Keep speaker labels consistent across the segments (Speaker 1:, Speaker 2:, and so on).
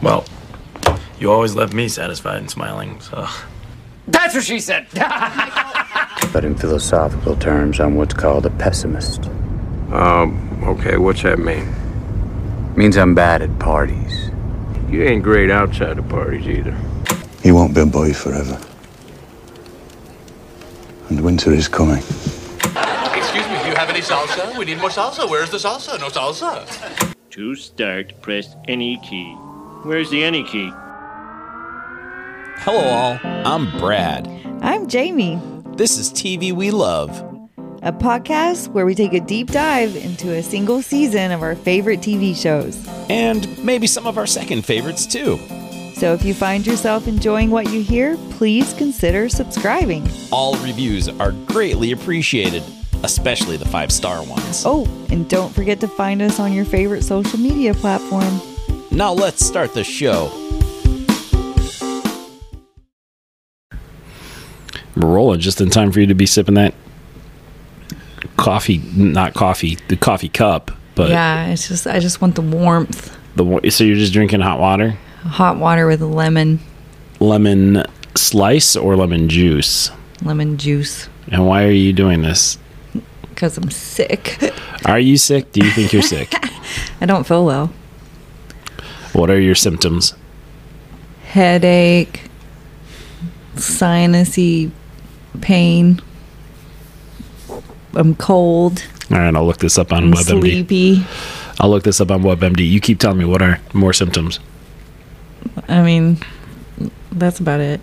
Speaker 1: Well, you always left me satisfied and smiling, so.
Speaker 2: That's what she said.
Speaker 3: But in philosophical terms, I'm what's called a pessimist.
Speaker 4: Um, okay, what's that mean?
Speaker 3: Means I'm bad at parties.
Speaker 4: You ain't great outside of parties either.
Speaker 5: He won't be a boy forever. And winter is coming.
Speaker 6: Excuse me, do you have any salsa? We need more salsa. Where's the salsa? No salsa.
Speaker 7: To start, press any key. Where's the any key?
Speaker 8: Hello, all. I'm Brad.
Speaker 9: I'm Jamie.
Speaker 8: This is TV We Love.
Speaker 9: a podcast where we take a deep dive into a single season of our favorite TV shows.
Speaker 8: And maybe some of our second favorites, too.
Speaker 9: So if you find yourself enjoying what you hear, please consider subscribing.
Speaker 8: All reviews are greatly appreciated, especially the five star ones.
Speaker 9: Oh, and don't forget to find us on your favorite social media platform.
Speaker 8: Now let's start the show. Rolla, just in time for you to be sipping that coffee, not coffee, the coffee cup, but
Speaker 10: yeah, it's just I just want the warmth.
Speaker 8: the wa- so you're just drinking hot water,
Speaker 10: Hot water with lemon,
Speaker 8: lemon slice or lemon juice.
Speaker 10: lemon juice,
Speaker 8: And why are you doing this?
Speaker 10: because I'm sick.
Speaker 8: Are you sick? Do you think you're sick?
Speaker 10: I don't feel well.
Speaker 8: What are your symptoms?
Speaker 10: Headache, sinusy pain. I'm cold.
Speaker 8: All right, I'll look this up on
Speaker 10: I'm
Speaker 8: WebMD.
Speaker 10: sleepy.
Speaker 8: I'll look this up on WebMD. You keep telling me what are more symptoms.
Speaker 10: I mean, that's about it.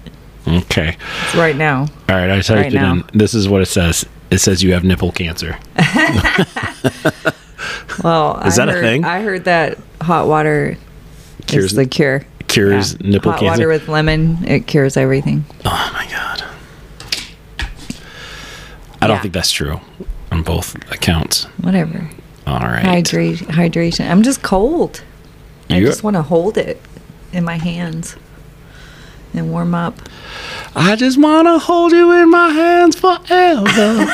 Speaker 8: Okay.
Speaker 10: It's right now.
Speaker 8: All right, I typed
Speaker 10: Right
Speaker 8: it
Speaker 10: now.
Speaker 8: in. This is what it says. It says you have nipple cancer.
Speaker 10: Well,
Speaker 8: Is
Speaker 10: I
Speaker 8: that a
Speaker 10: heard,
Speaker 8: thing?
Speaker 10: I heard that hot water
Speaker 8: Cures-
Speaker 10: is the cure.
Speaker 8: Cures
Speaker 10: Yeah.
Speaker 8: nipple
Speaker 10: hot
Speaker 8: cancer.
Speaker 10: water with lemon. It cures everything.
Speaker 8: oh my god. I don't
Speaker 10: Yeah.
Speaker 8: think that's true on both accounts.
Speaker 10: Whatever.
Speaker 8: All right.
Speaker 10: Hydration. Hydration. I'm just cold. I
Speaker 8: You-
Speaker 10: just want to hold it in my hands and warm up.
Speaker 8: I just wanna hold you in my hands forever.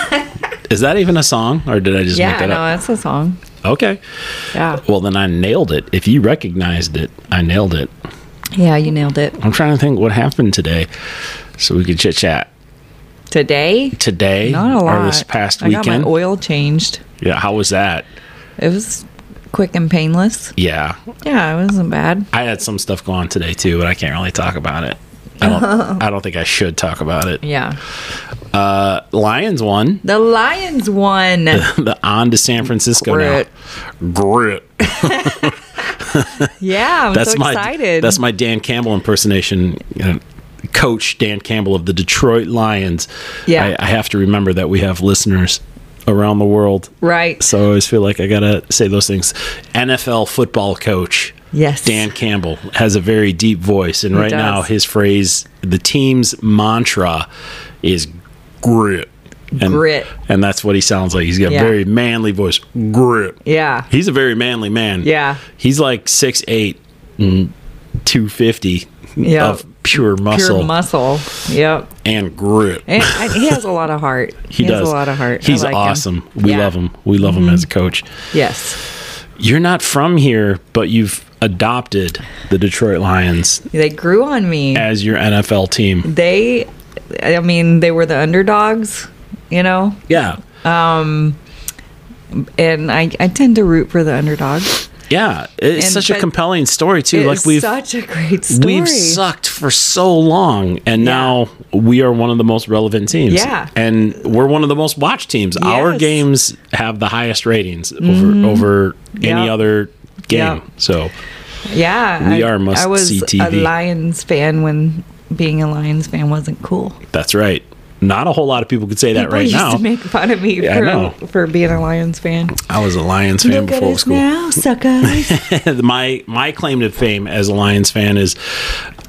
Speaker 8: is that even a song, or did I just make
Speaker 10: yeah,
Speaker 8: that
Speaker 10: no,
Speaker 8: up?
Speaker 10: that's a song.
Speaker 8: Okay.
Speaker 10: Yeah.
Speaker 8: Well, then I nailed it. If you recognized it, I nailed it.
Speaker 10: Yeah, you nailed it.
Speaker 8: I'm trying to think what happened today, so we can chit chat
Speaker 10: Today?
Speaker 8: today
Speaker 10: Not a lot.
Speaker 8: or this past
Speaker 10: I got
Speaker 8: weekend.
Speaker 10: my oil changed.
Speaker 8: yeah, how was that?
Speaker 10: It was quick and painless.
Speaker 8: Yeah,
Speaker 10: Yeah, it wasn't bad.
Speaker 8: I had some stuff go on today too, but I can't really talk about it. I don't. I don't think I should talk about it.
Speaker 10: Yeah.
Speaker 8: Uh, Lions won.
Speaker 10: The Lions won.
Speaker 8: the on to San Francisco
Speaker 10: Grit.
Speaker 8: now. Grit.
Speaker 10: yeah, I'm
Speaker 8: That's
Speaker 10: so
Speaker 8: my.
Speaker 10: excited.
Speaker 8: That's my Dan Campbell impersonation. uh, Coach Dan Campbell of the Detroit Lions.
Speaker 10: Yeah.
Speaker 8: I, I have to remember that we have listeners around the world.
Speaker 10: right.
Speaker 8: So I always feel like I gotta say those things. NFL football coach
Speaker 10: Yes.
Speaker 8: Dan Campbell has a very deep voice, and right now
Speaker 10: does.
Speaker 8: his phrase, the team's mantra, is grit. And,
Speaker 10: Grit.
Speaker 8: and that's what he sounds like. He's got
Speaker 10: Yeah.
Speaker 8: a very manly voice. Grit.
Speaker 10: Yeah.
Speaker 8: He's a very manly man.
Speaker 10: Yeah.
Speaker 8: He's like six eight and two fifty
Speaker 10: Yeah.
Speaker 8: of pure muscle
Speaker 10: Pure muscle. Yep.
Speaker 8: and grit.
Speaker 10: And, and he has a lot of heart.
Speaker 8: he, does
Speaker 10: has a lot of heart. I
Speaker 8: He's
Speaker 10: like him.
Speaker 8: awesome. We
Speaker 10: Yeah. Mm-hmm.
Speaker 8: love him. We love him as a coach.
Speaker 10: Yes.
Speaker 8: you're not from here, but you've adopted the Detroit Lions
Speaker 10: They grew on me.
Speaker 8: as your NFL team.
Speaker 10: They, I mean, they were the underdogs, you know,
Speaker 8: Yeah.
Speaker 10: and I, I tend to root for the underdogs.
Speaker 8: Yeah. It's
Speaker 10: And-
Speaker 8: such a
Speaker 10: but
Speaker 8: compelling story too. Like
Speaker 10: It's
Speaker 8: we've
Speaker 10: such a great story.
Speaker 8: we've sucked for so long and now we are one of the most relevant teams.
Speaker 10: Yeah.
Speaker 8: And we're one of the most watched teams. Our
Speaker 10: Yes. Mm-hmm.
Speaker 8: games have the highest ratings over over any
Speaker 10: Yep.
Speaker 8: other game.
Speaker 10: Yep.
Speaker 8: So
Speaker 10: yeah,
Speaker 8: we
Speaker 10: I,
Speaker 8: are must
Speaker 10: I was
Speaker 8: see
Speaker 10: a
Speaker 8: TV.
Speaker 10: Lions fan when being a Lions fan wasn't cool.
Speaker 8: that's right. Not a whole lot of people could say that
Speaker 10: People
Speaker 8: right
Speaker 10: used
Speaker 8: now.
Speaker 10: to make fun of me
Speaker 8: Yeah, I know.
Speaker 10: for, for being a Lions fan.
Speaker 8: I was a Lions fan
Speaker 10: Look at
Speaker 8: before it
Speaker 10: us
Speaker 8: was cool.
Speaker 10: now, suckers.
Speaker 8: my my claim to fame as a Lions fan is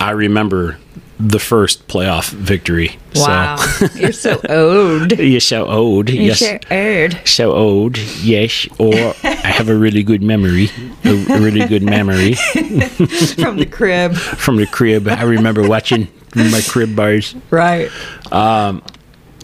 Speaker 8: I remember the first playoff victory.
Speaker 10: wow,
Speaker 8: So.
Speaker 10: you're so old.
Speaker 8: You're so old.
Speaker 10: You're
Speaker 8: yes.
Speaker 10: so old.
Speaker 8: So old, yes, or I have a really good memory, a really good memory
Speaker 10: from the crib.
Speaker 8: from the crib. I remember watching my crib bars.
Speaker 10: Right.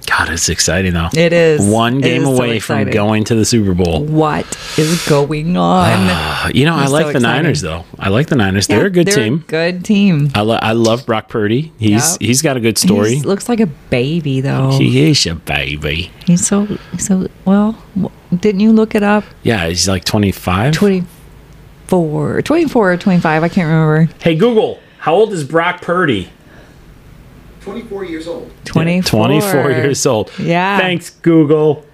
Speaker 8: God, it's exciting though.
Speaker 10: It is.
Speaker 8: One
Speaker 10: It
Speaker 8: game
Speaker 10: is so
Speaker 8: away from
Speaker 10: exciting.
Speaker 8: going to the Super Bowl.
Speaker 10: What is going on?
Speaker 8: Uh, you know, I
Speaker 10: It's so
Speaker 8: like the
Speaker 10: exciting.
Speaker 8: Niners though. I like the Niners. they're a good team.
Speaker 10: good team.
Speaker 8: I, lo- I love Brock Purdy. He's
Speaker 10: Yep.
Speaker 8: he's got a good story.
Speaker 10: He looks like a baby though.
Speaker 8: He is a baby.
Speaker 10: He's so so well. w- Didn't you look it up?
Speaker 8: Yeah, he's like 25.
Speaker 10: 24, 24 or 25, I can't remember.
Speaker 11: Hey Google, how old is Brock Purdy?
Speaker 12: 24 years old.
Speaker 10: 24.
Speaker 8: 24 years old.
Speaker 10: Yeah.
Speaker 11: Thanks Google.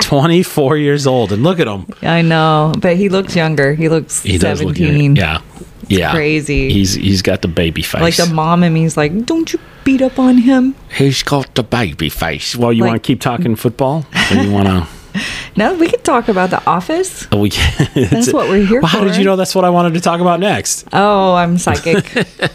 Speaker 8: 24 years old, and look at him.
Speaker 10: I know, but he looks younger. He looks
Speaker 8: He does look young.
Speaker 10: 17.
Speaker 8: Yeah, yeah.
Speaker 10: crazy.
Speaker 8: He's he's got the baby face.
Speaker 10: like the mom and me's like, don't you beat up on him.
Speaker 8: he's got the baby face. Well, you
Speaker 10: Like-
Speaker 8: want to keep talking football, or you want to?
Speaker 10: No, we could talk about the office.
Speaker 8: Oh, we,
Speaker 10: That's what we're here
Speaker 8: well, How did
Speaker 10: for.
Speaker 8: you know that's what I wanted to talk about next?
Speaker 10: Oh, I'm psychic.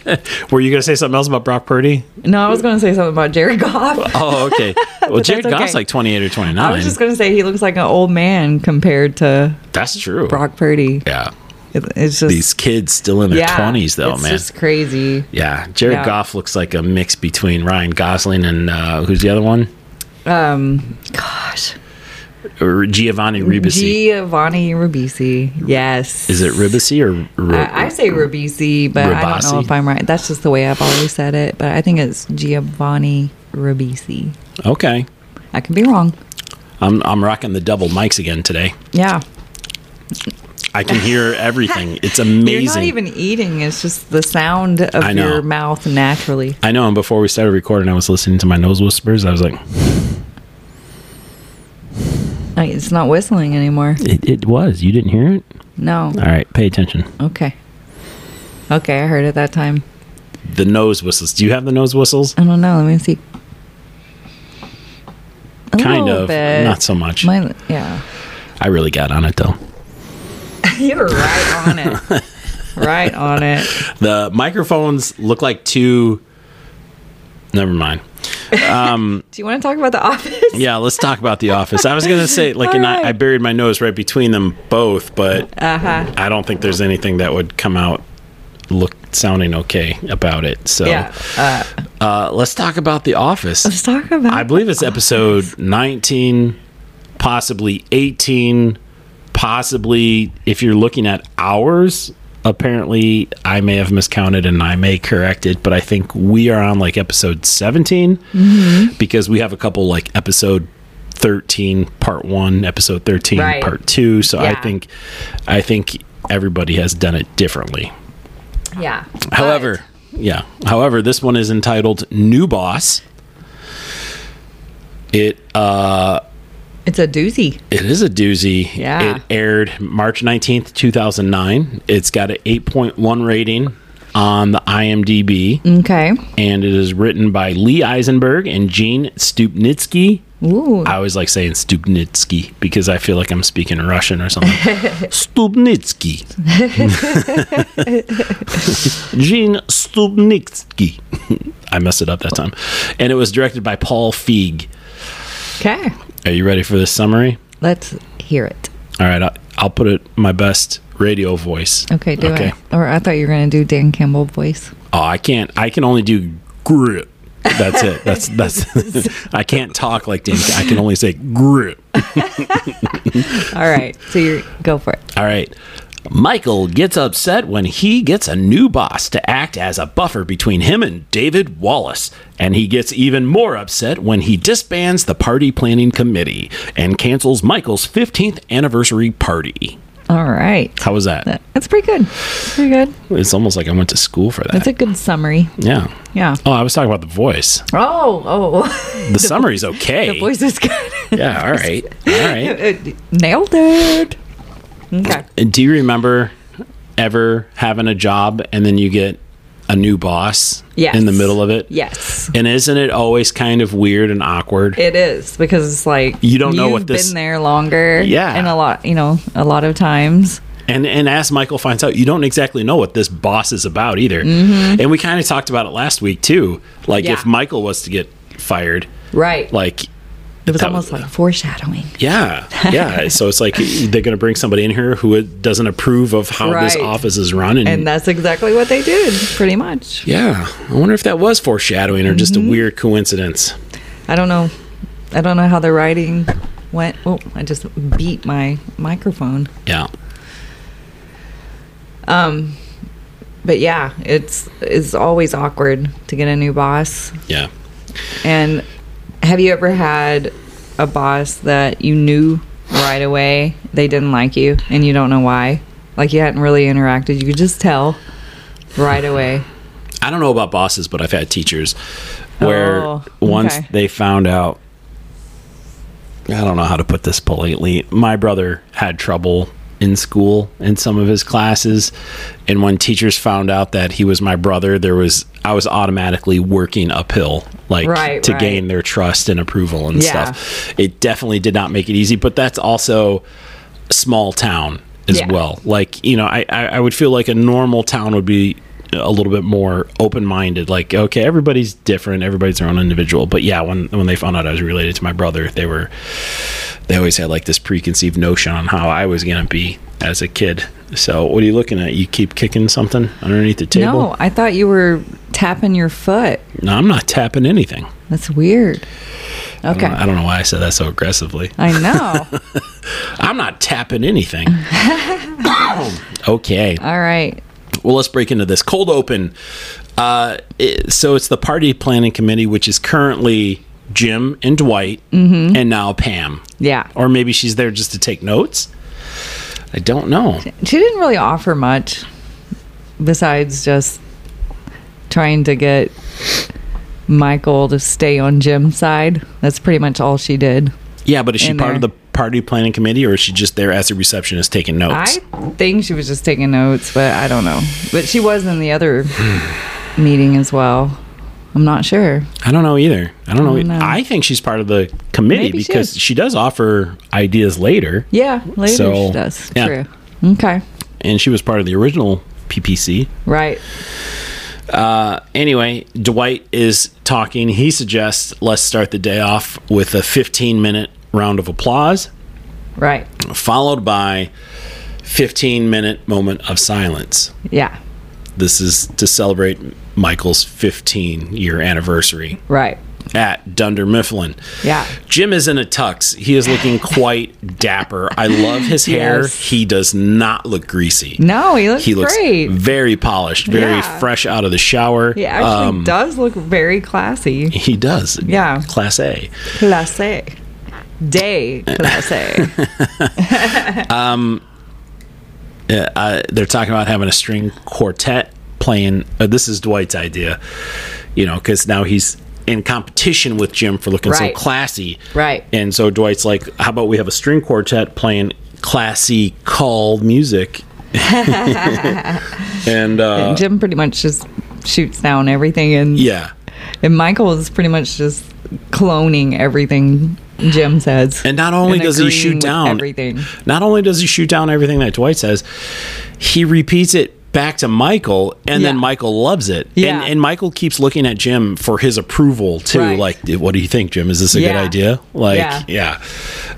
Speaker 8: Were you going to say something else about Brock Purdy?
Speaker 10: no, I was going to say something about Jared Goff.
Speaker 8: Oh, okay. Well,
Speaker 10: But
Speaker 8: Jared
Speaker 10: that's
Speaker 8: Goff's
Speaker 10: okay.
Speaker 8: like 28 or 29.
Speaker 10: I was just going to say he looks like an old man compared to
Speaker 8: that's true.
Speaker 10: Brock Purdy.
Speaker 8: Yeah.
Speaker 10: It- it's just
Speaker 8: These kids still in their 20s, though,
Speaker 10: it's
Speaker 8: man.
Speaker 10: just crazy.
Speaker 8: yeah. Jared
Speaker 10: Yeah.
Speaker 8: Goff looks like a mix between Ryan Gosling and uh, who's the other one?
Speaker 10: Um, gosh,
Speaker 8: Or Er, Giovanni Ribisi.
Speaker 10: Giovanni Ribisi. Yes,
Speaker 8: Is it Ribisi or Ru-
Speaker 10: I, I say Ribisi, but I don't know
Speaker 8: Ribasi?
Speaker 10: if I'm right. That's just the way I've always said it, but I think it's Giovanni Ribisi.
Speaker 8: Okay.
Speaker 10: I could be wrong.
Speaker 8: I'm I'm rocking the double mics again today.
Speaker 10: Yeah,
Speaker 8: I can hear everything. It's amazing.
Speaker 10: you're not even eating; it's just the sound of
Speaker 8: I know.
Speaker 10: your mouth naturally.
Speaker 8: I know. And before we started recording, I was listening to my nose whispers. I was like,
Speaker 10: Like, It's not whistling anymore.
Speaker 8: it, it was. You didn't hear it?
Speaker 10: No.
Speaker 8: All right. Pay attention.
Speaker 10: Okay. Okay, I heard it that time.
Speaker 8: The nose whistles. Do you have the nose whistles?
Speaker 10: I don't know. Let me see. A
Speaker 8: kind
Speaker 10: little
Speaker 8: of.
Speaker 10: bit.
Speaker 8: Not so much.
Speaker 10: Mine, yeah.
Speaker 8: I really got on it, though.
Speaker 10: you were right on it. right on it.
Speaker 8: The microphones look like two. Never mind. Um,
Speaker 10: Do you want to talk about the office?
Speaker 8: yeah, let's talk about the office. I was gonna say like, and I, I buried my nose right between them both, but
Speaker 10: Uh-huh.
Speaker 8: I don't think there's anything that would come out look sounding okay about it. So
Speaker 10: Yeah. Uh,
Speaker 8: uh, let's talk about the office.
Speaker 10: let's talk about
Speaker 8: I believe it's episode 19, possibly 18, possibly if you're looking at hours. Apparently, I may have miscounted and I may correct it, but I think we are on like episode 17
Speaker 11: Mhm.
Speaker 8: because we have a couple like episode 13 part 1, episode 13
Speaker 11: Right.
Speaker 8: part 2, so I
Speaker 11: Yeah.
Speaker 8: think I think everybody has done it differently.
Speaker 10: Yeah.
Speaker 8: However, yeah. However, this one is entitled New Boss. It uh
Speaker 10: It's a doozy.
Speaker 8: it is a doozy.
Speaker 10: Yeah.
Speaker 8: It aired March 19th, 2009. It's got an 8.1 rating on the IMDb
Speaker 10: Okay.
Speaker 8: and it is written by Lee Eisenberg and Gene Stupnitsky.
Speaker 10: Ooh.
Speaker 8: I always like saying Stupnitsky because I feel like I'm speaking Russian or something. Stupnitsky. Gene Stupnitsky. I messed it up that time. And it was directed by Paul Feig.
Speaker 10: Okay.
Speaker 8: Are you ready for this summary?
Speaker 10: Let's hear it.
Speaker 8: All right, I, I'll put it my best radio voice.
Speaker 10: Okay, do it. Or I thought you were going to do Dan Campbell voice.
Speaker 8: Oh, I can't. I can only do grit. That's it. That's that's. I can't talk like Dan. I can only say grit.
Speaker 10: All right. So you go for it.
Speaker 8: All right. Michael gets upset when he gets a new boss to act as a buffer between him and David Wallace. And he gets even more upset when he disbands the party planning committee and cancels Michael's 15th anniversary party.
Speaker 10: All right.
Speaker 8: How was that?
Speaker 10: That's pretty good. That's pretty good.
Speaker 8: It's almost like I went to school for that.
Speaker 10: That's a good summary.
Speaker 8: yeah.
Speaker 10: Yeah.
Speaker 8: Oh, I was talking about the voice.
Speaker 10: Oh, oh.
Speaker 8: The, summary's okay.
Speaker 10: The voice is good.
Speaker 8: Yeah, all right. All right.
Speaker 10: Nailed it. Okay.
Speaker 8: And do you remember ever having a job and then you get a new boss
Speaker 10: Yes.
Speaker 8: in the middle of it?
Speaker 10: Yes.
Speaker 8: And isn't it always kind of weird and awkward?
Speaker 10: It is because it's like
Speaker 8: You don't know
Speaker 10: you've
Speaker 8: what this-
Speaker 10: been there longer.
Speaker 8: Yeah.
Speaker 10: and a lot, you know, a lot of times.
Speaker 8: and and as Michael finds out, you don't exactly know what this boss is about either.
Speaker 10: Mhm.
Speaker 8: And we kind of talked about it last week too. Like
Speaker 10: Yeah.
Speaker 8: if Michael was to get fired,
Speaker 10: Right.
Speaker 8: like
Speaker 10: It was
Speaker 8: that
Speaker 10: almost like foreshadowing.
Speaker 8: Yeah, yeah. so it's like they're going to bring somebody in here who doesn't approve of how this
Speaker 10: Right.
Speaker 8: office is run, and,
Speaker 10: And that's exactly what they did, pretty much. Mm-hmm.
Speaker 8: yeah, I wonder if that was foreshadowing or just a weird coincidence.
Speaker 10: I don't know. I don't know how the writing went. Oh, I just beat my microphone.
Speaker 8: Yeah.
Speaker 10: Um, but yeah, it's it's always awkward to get a new boss.
Speaker 8: Yeah.
Speaker 10: And have you ever had a boss that you knew right away they didn't like you and you don't know why? Like you hadn't really interacted, you could just tell right away.
Speaker 8: I don't know about bosses, but I've had teachers where
Speaker 10: Oh,
Speaker 8: once
Speaker 10: okay.
Speaker 8: they found out, I don't know how to put this politely. My brother had trouble in school in some of his classes, and when teachers found out that he was my brother, there was I was automatically working uphill, like
Speaker 10: Right,
Speaker 8: to
Speaker 10: right.
Speaker 8: gain their trust and approval and
Speaker 10: Yeah.
Speaker 8: stuff. It definitely did not make it easy, but that's also small town as
Speaker 10: Yeah.
Speaker 8: well. Like, you know, I, I, I would feel like a normal town would be a little bit more open minded. Like, okay, everybody's different, everybody's their own individual. But yeah, when when they found out I was related to my brother, they were they always had like this preconceived notion on how I was gonna be as a kid. So what are you looking at? You keep kicking something underneath the table?
Speaker 10: No, I thought you were tapping your foot.
Speaker 8: No, I'm not tapping anything.
Speaker 10: That's weird.
Speaker 8: I don't
Speaker 10: Okay.
Speaker 8: know- I don't know why I said that so aggressively.
Speaker 10: I know.
Speaker 8: I'm not tapping anything. okay.
Speaker 10: All right.
Speaker 8: Well, let's break into this cold open. Uh, it- so it's the party planning committee, which is currently Jim and Dwight,
Speaker 10: Mhm.
Speaker 8: and now Pam.
Speaker 10: Yeah.
Speaker 8: Or maybe she's there just to take notes. I don't know.
Speaker 10: She didn't really offer much besides just trying to get Michael to stay on Jim's side. That's pretty much all she did.
Speaker 8: Yeah, but is she
Speaker 10: In
Speaker 8: part of the
Speaker 10: there.
Speaker 8: party planning committee, or is she just there as a receptionist taking notes?
Speaker 10: I think she was just taking notes, but I don't know. But she was in the other meeting as well. I'm not sure.
Speaker 8: I, don't know either. I don't know. e-,
Speaker 10: I don't know.
Speaker 8: I think she's part of the committee
Speaker 10: Maybe she
Speaker 8: because
Speaker 10: is.
Speaker 8: she does offer ideas later.
Speaker 10: Yeah, later
Speaker 8: So,
Speaker 10: she does.
Speaker 8: yeah.
Speaker 10: True. Okay.
Speaker 8: and she was part of the original PPC.
Speaker 10: Right.
Speaker 8: Uh, anyway, Dwight is talking. He suggests let's start the day off with a 15 minute round of applause,
Speaker 10: Right.
Speaker 8: followed by 15 minute moment of silence.
Speaker 10: Yeah.
Speaker 8: This is to celebrate Michael's 15 year anniversary
Speaker 10: Right.
Speaker 8: at Dunder Mifflin.
Speaker 10: Yeah.
Speaker 8: Jim is in a tux. He is looking quite dapper. I love his hair.
Speaker 10: Yes.
Speaker 8: He does not look greasy.
Speaker 10: No, he looks
Speaker 8: he looks
Speaker 10: great.
Speaker 8: very polished, very
Speaker 10: Yeah.
Speaker 8: fresh out of the shower.
Speaker 10: He actually
Speaker 8: Um,
Speaker 10: does look very classy.
Speaker 8: He does.
Speaker 10: Yeah.
Speaker 8: Class A.
Speaker 10: Classy. Day classy.
Speaker 8: Um, uh, uh, they're talking about having a string quartet playing. Uh, this is Dwight's idea, you know, because now he's in competition with Jim for looking
Speaker 10: Right.
Speaker 8: so classy.
Speaker 10: Right.
Speaker 8: And so Dwight's like, how about we have a string quartet playing classy, call music? and, uh,
Speaker 10: And Jim pretty much just shoots down everything and
Speaker 8: yeah.
Speaker 10: and Michael is pretty much just cloning everything Jim says.
Speaker 8: And not only
Speaker 10: and
Speaker 8: does he
Speaker 10: agreeing
Speaker 8: shoot
Speaker 10: with
Speaker 8: down
Speaker 10: everything.
Speaker 8: Not only does he shoot down everything that Dwight says, he repeats it back to Michael, and then
Speaker 10: Yeah.
Speaker 8: Michael loves it.
Speaker 10: Yeah.
Speaker 8: And, and Michael keeps looking at Jim for his approval too.
Speaker 10: Right.
Speaker 8: Like, what do you think, Jim? Is this a good
Speaker 10: Yeah.
Speaker 8: idea? Like,
Speaker 10: Yeah.
Speaker 8: yeah.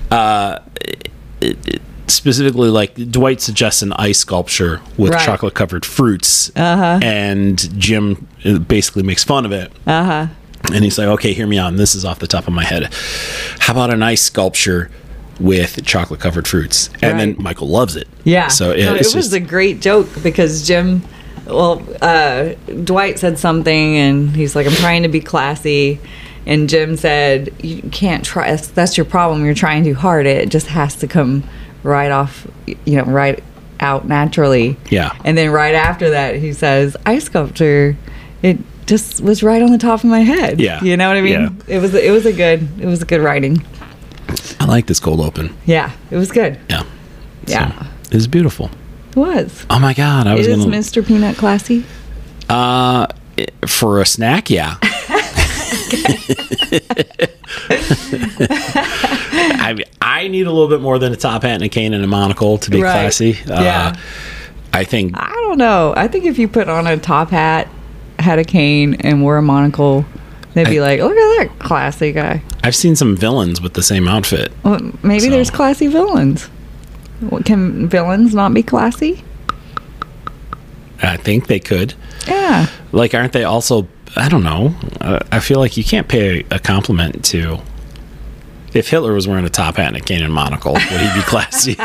Speaker 8: Uh, it- it- specifically, like Dwight suggests an ice sculpture with
Speaker 10: Right.
Speaker 8: chocolate covered fruits,
Speaker 10: Uh-huh.
Speaker 8: and Jim uh, basically makes fun of it.
Speaker 10: Uh huh.
Speaker 8: And he's like, okay, hear me on. This is off the top of my head. How about an ice sculpture with chocolate covered fruits? And
Speaker 10: Right.
Speaker 8: then Michael loves it.
Speaker 10: Yeah.
Speaker 8: So it,
Speaker 10: No, it
Speaker 8: it's
Speaker 10: was
Speaker 8: just,
Speaker 10: a great joke because Jim, well, uh, Dwight said something and he's like, I'm trying to be classy. And Jim said, You can't try. That's, that's your problem. You're trying too hard. It just has to come right off, you know, right out naturally.
Speaker 8: yeah.
Speaker 10: And then right after that, he says, "Ice sculpture." It just was right on the top of my head.
Speaker 8: Yeah.
Speaker 10: you know what I mean.
Speaker 8: Yeah.
Speaker 10: It was it was a good it was a good writing.
Speaker 8: I like this cold open.
Speaker 10: Yeah, it was good.
Speaker 8: Yeah.
Speaker 10: Yeah,
Speaker 8: It was beautiful.
Speaker 10: it was.
Speaker 8: Oh my God. I was
Speaker 10: Is
Speaker 8: going to.
Speaker 10: Mr. Peanut classy?
Speaker 8: Uh, for a snack, yeah. I mean, I need a little bit more than a top hat and a cane and a monocle to be
Speaker 10: Right.
Speaker 8: classy.
Speaker 10: Yeah.
Speaker 8: Uh, I think
Speaker 10: I don't know. I think if you put on a top hat, had a cane, and wore a monocle, they'd be like, "Look at that classy guy."
Speaker 8: I've seen some villains with the same outfit.
Speaker 10: Well, maybe
Speaker 8: So-
Speaker 10: there's classy villains. What, can villains not be classy?
Speaker 8: I think they could.
Speaker 10: Yeah.
Speaker 8: Like, aren't they also I don't know. Uh, I feel like you can't pay a compliment to. If Hitler was wearing a top hat and a cane and monocle, would he be classy?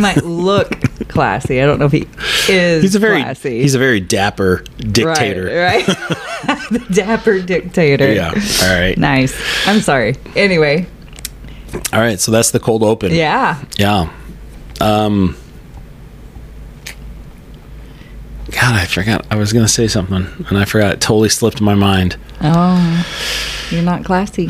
Speaker 10: might look classy. I don't know if he is.
Speaker 8: he's a very
Speaker 10: classy.
Speaker 8: he's a very dapper dictator.
Speaker 10: Right. right? the dapper dictator.
Speaker 8: Yeah. All right.
Speaker 10: Nice. I'm sorry. Anyway,
Speaker 8: All right. So that's the cold open.
Speaker 10: yeah.
Speaker 8: Yeah. Um. God, I forgot. I was gonna say something, and I forgot. It totally slipped my mind.
Speaker 10: Oh, you're not classy.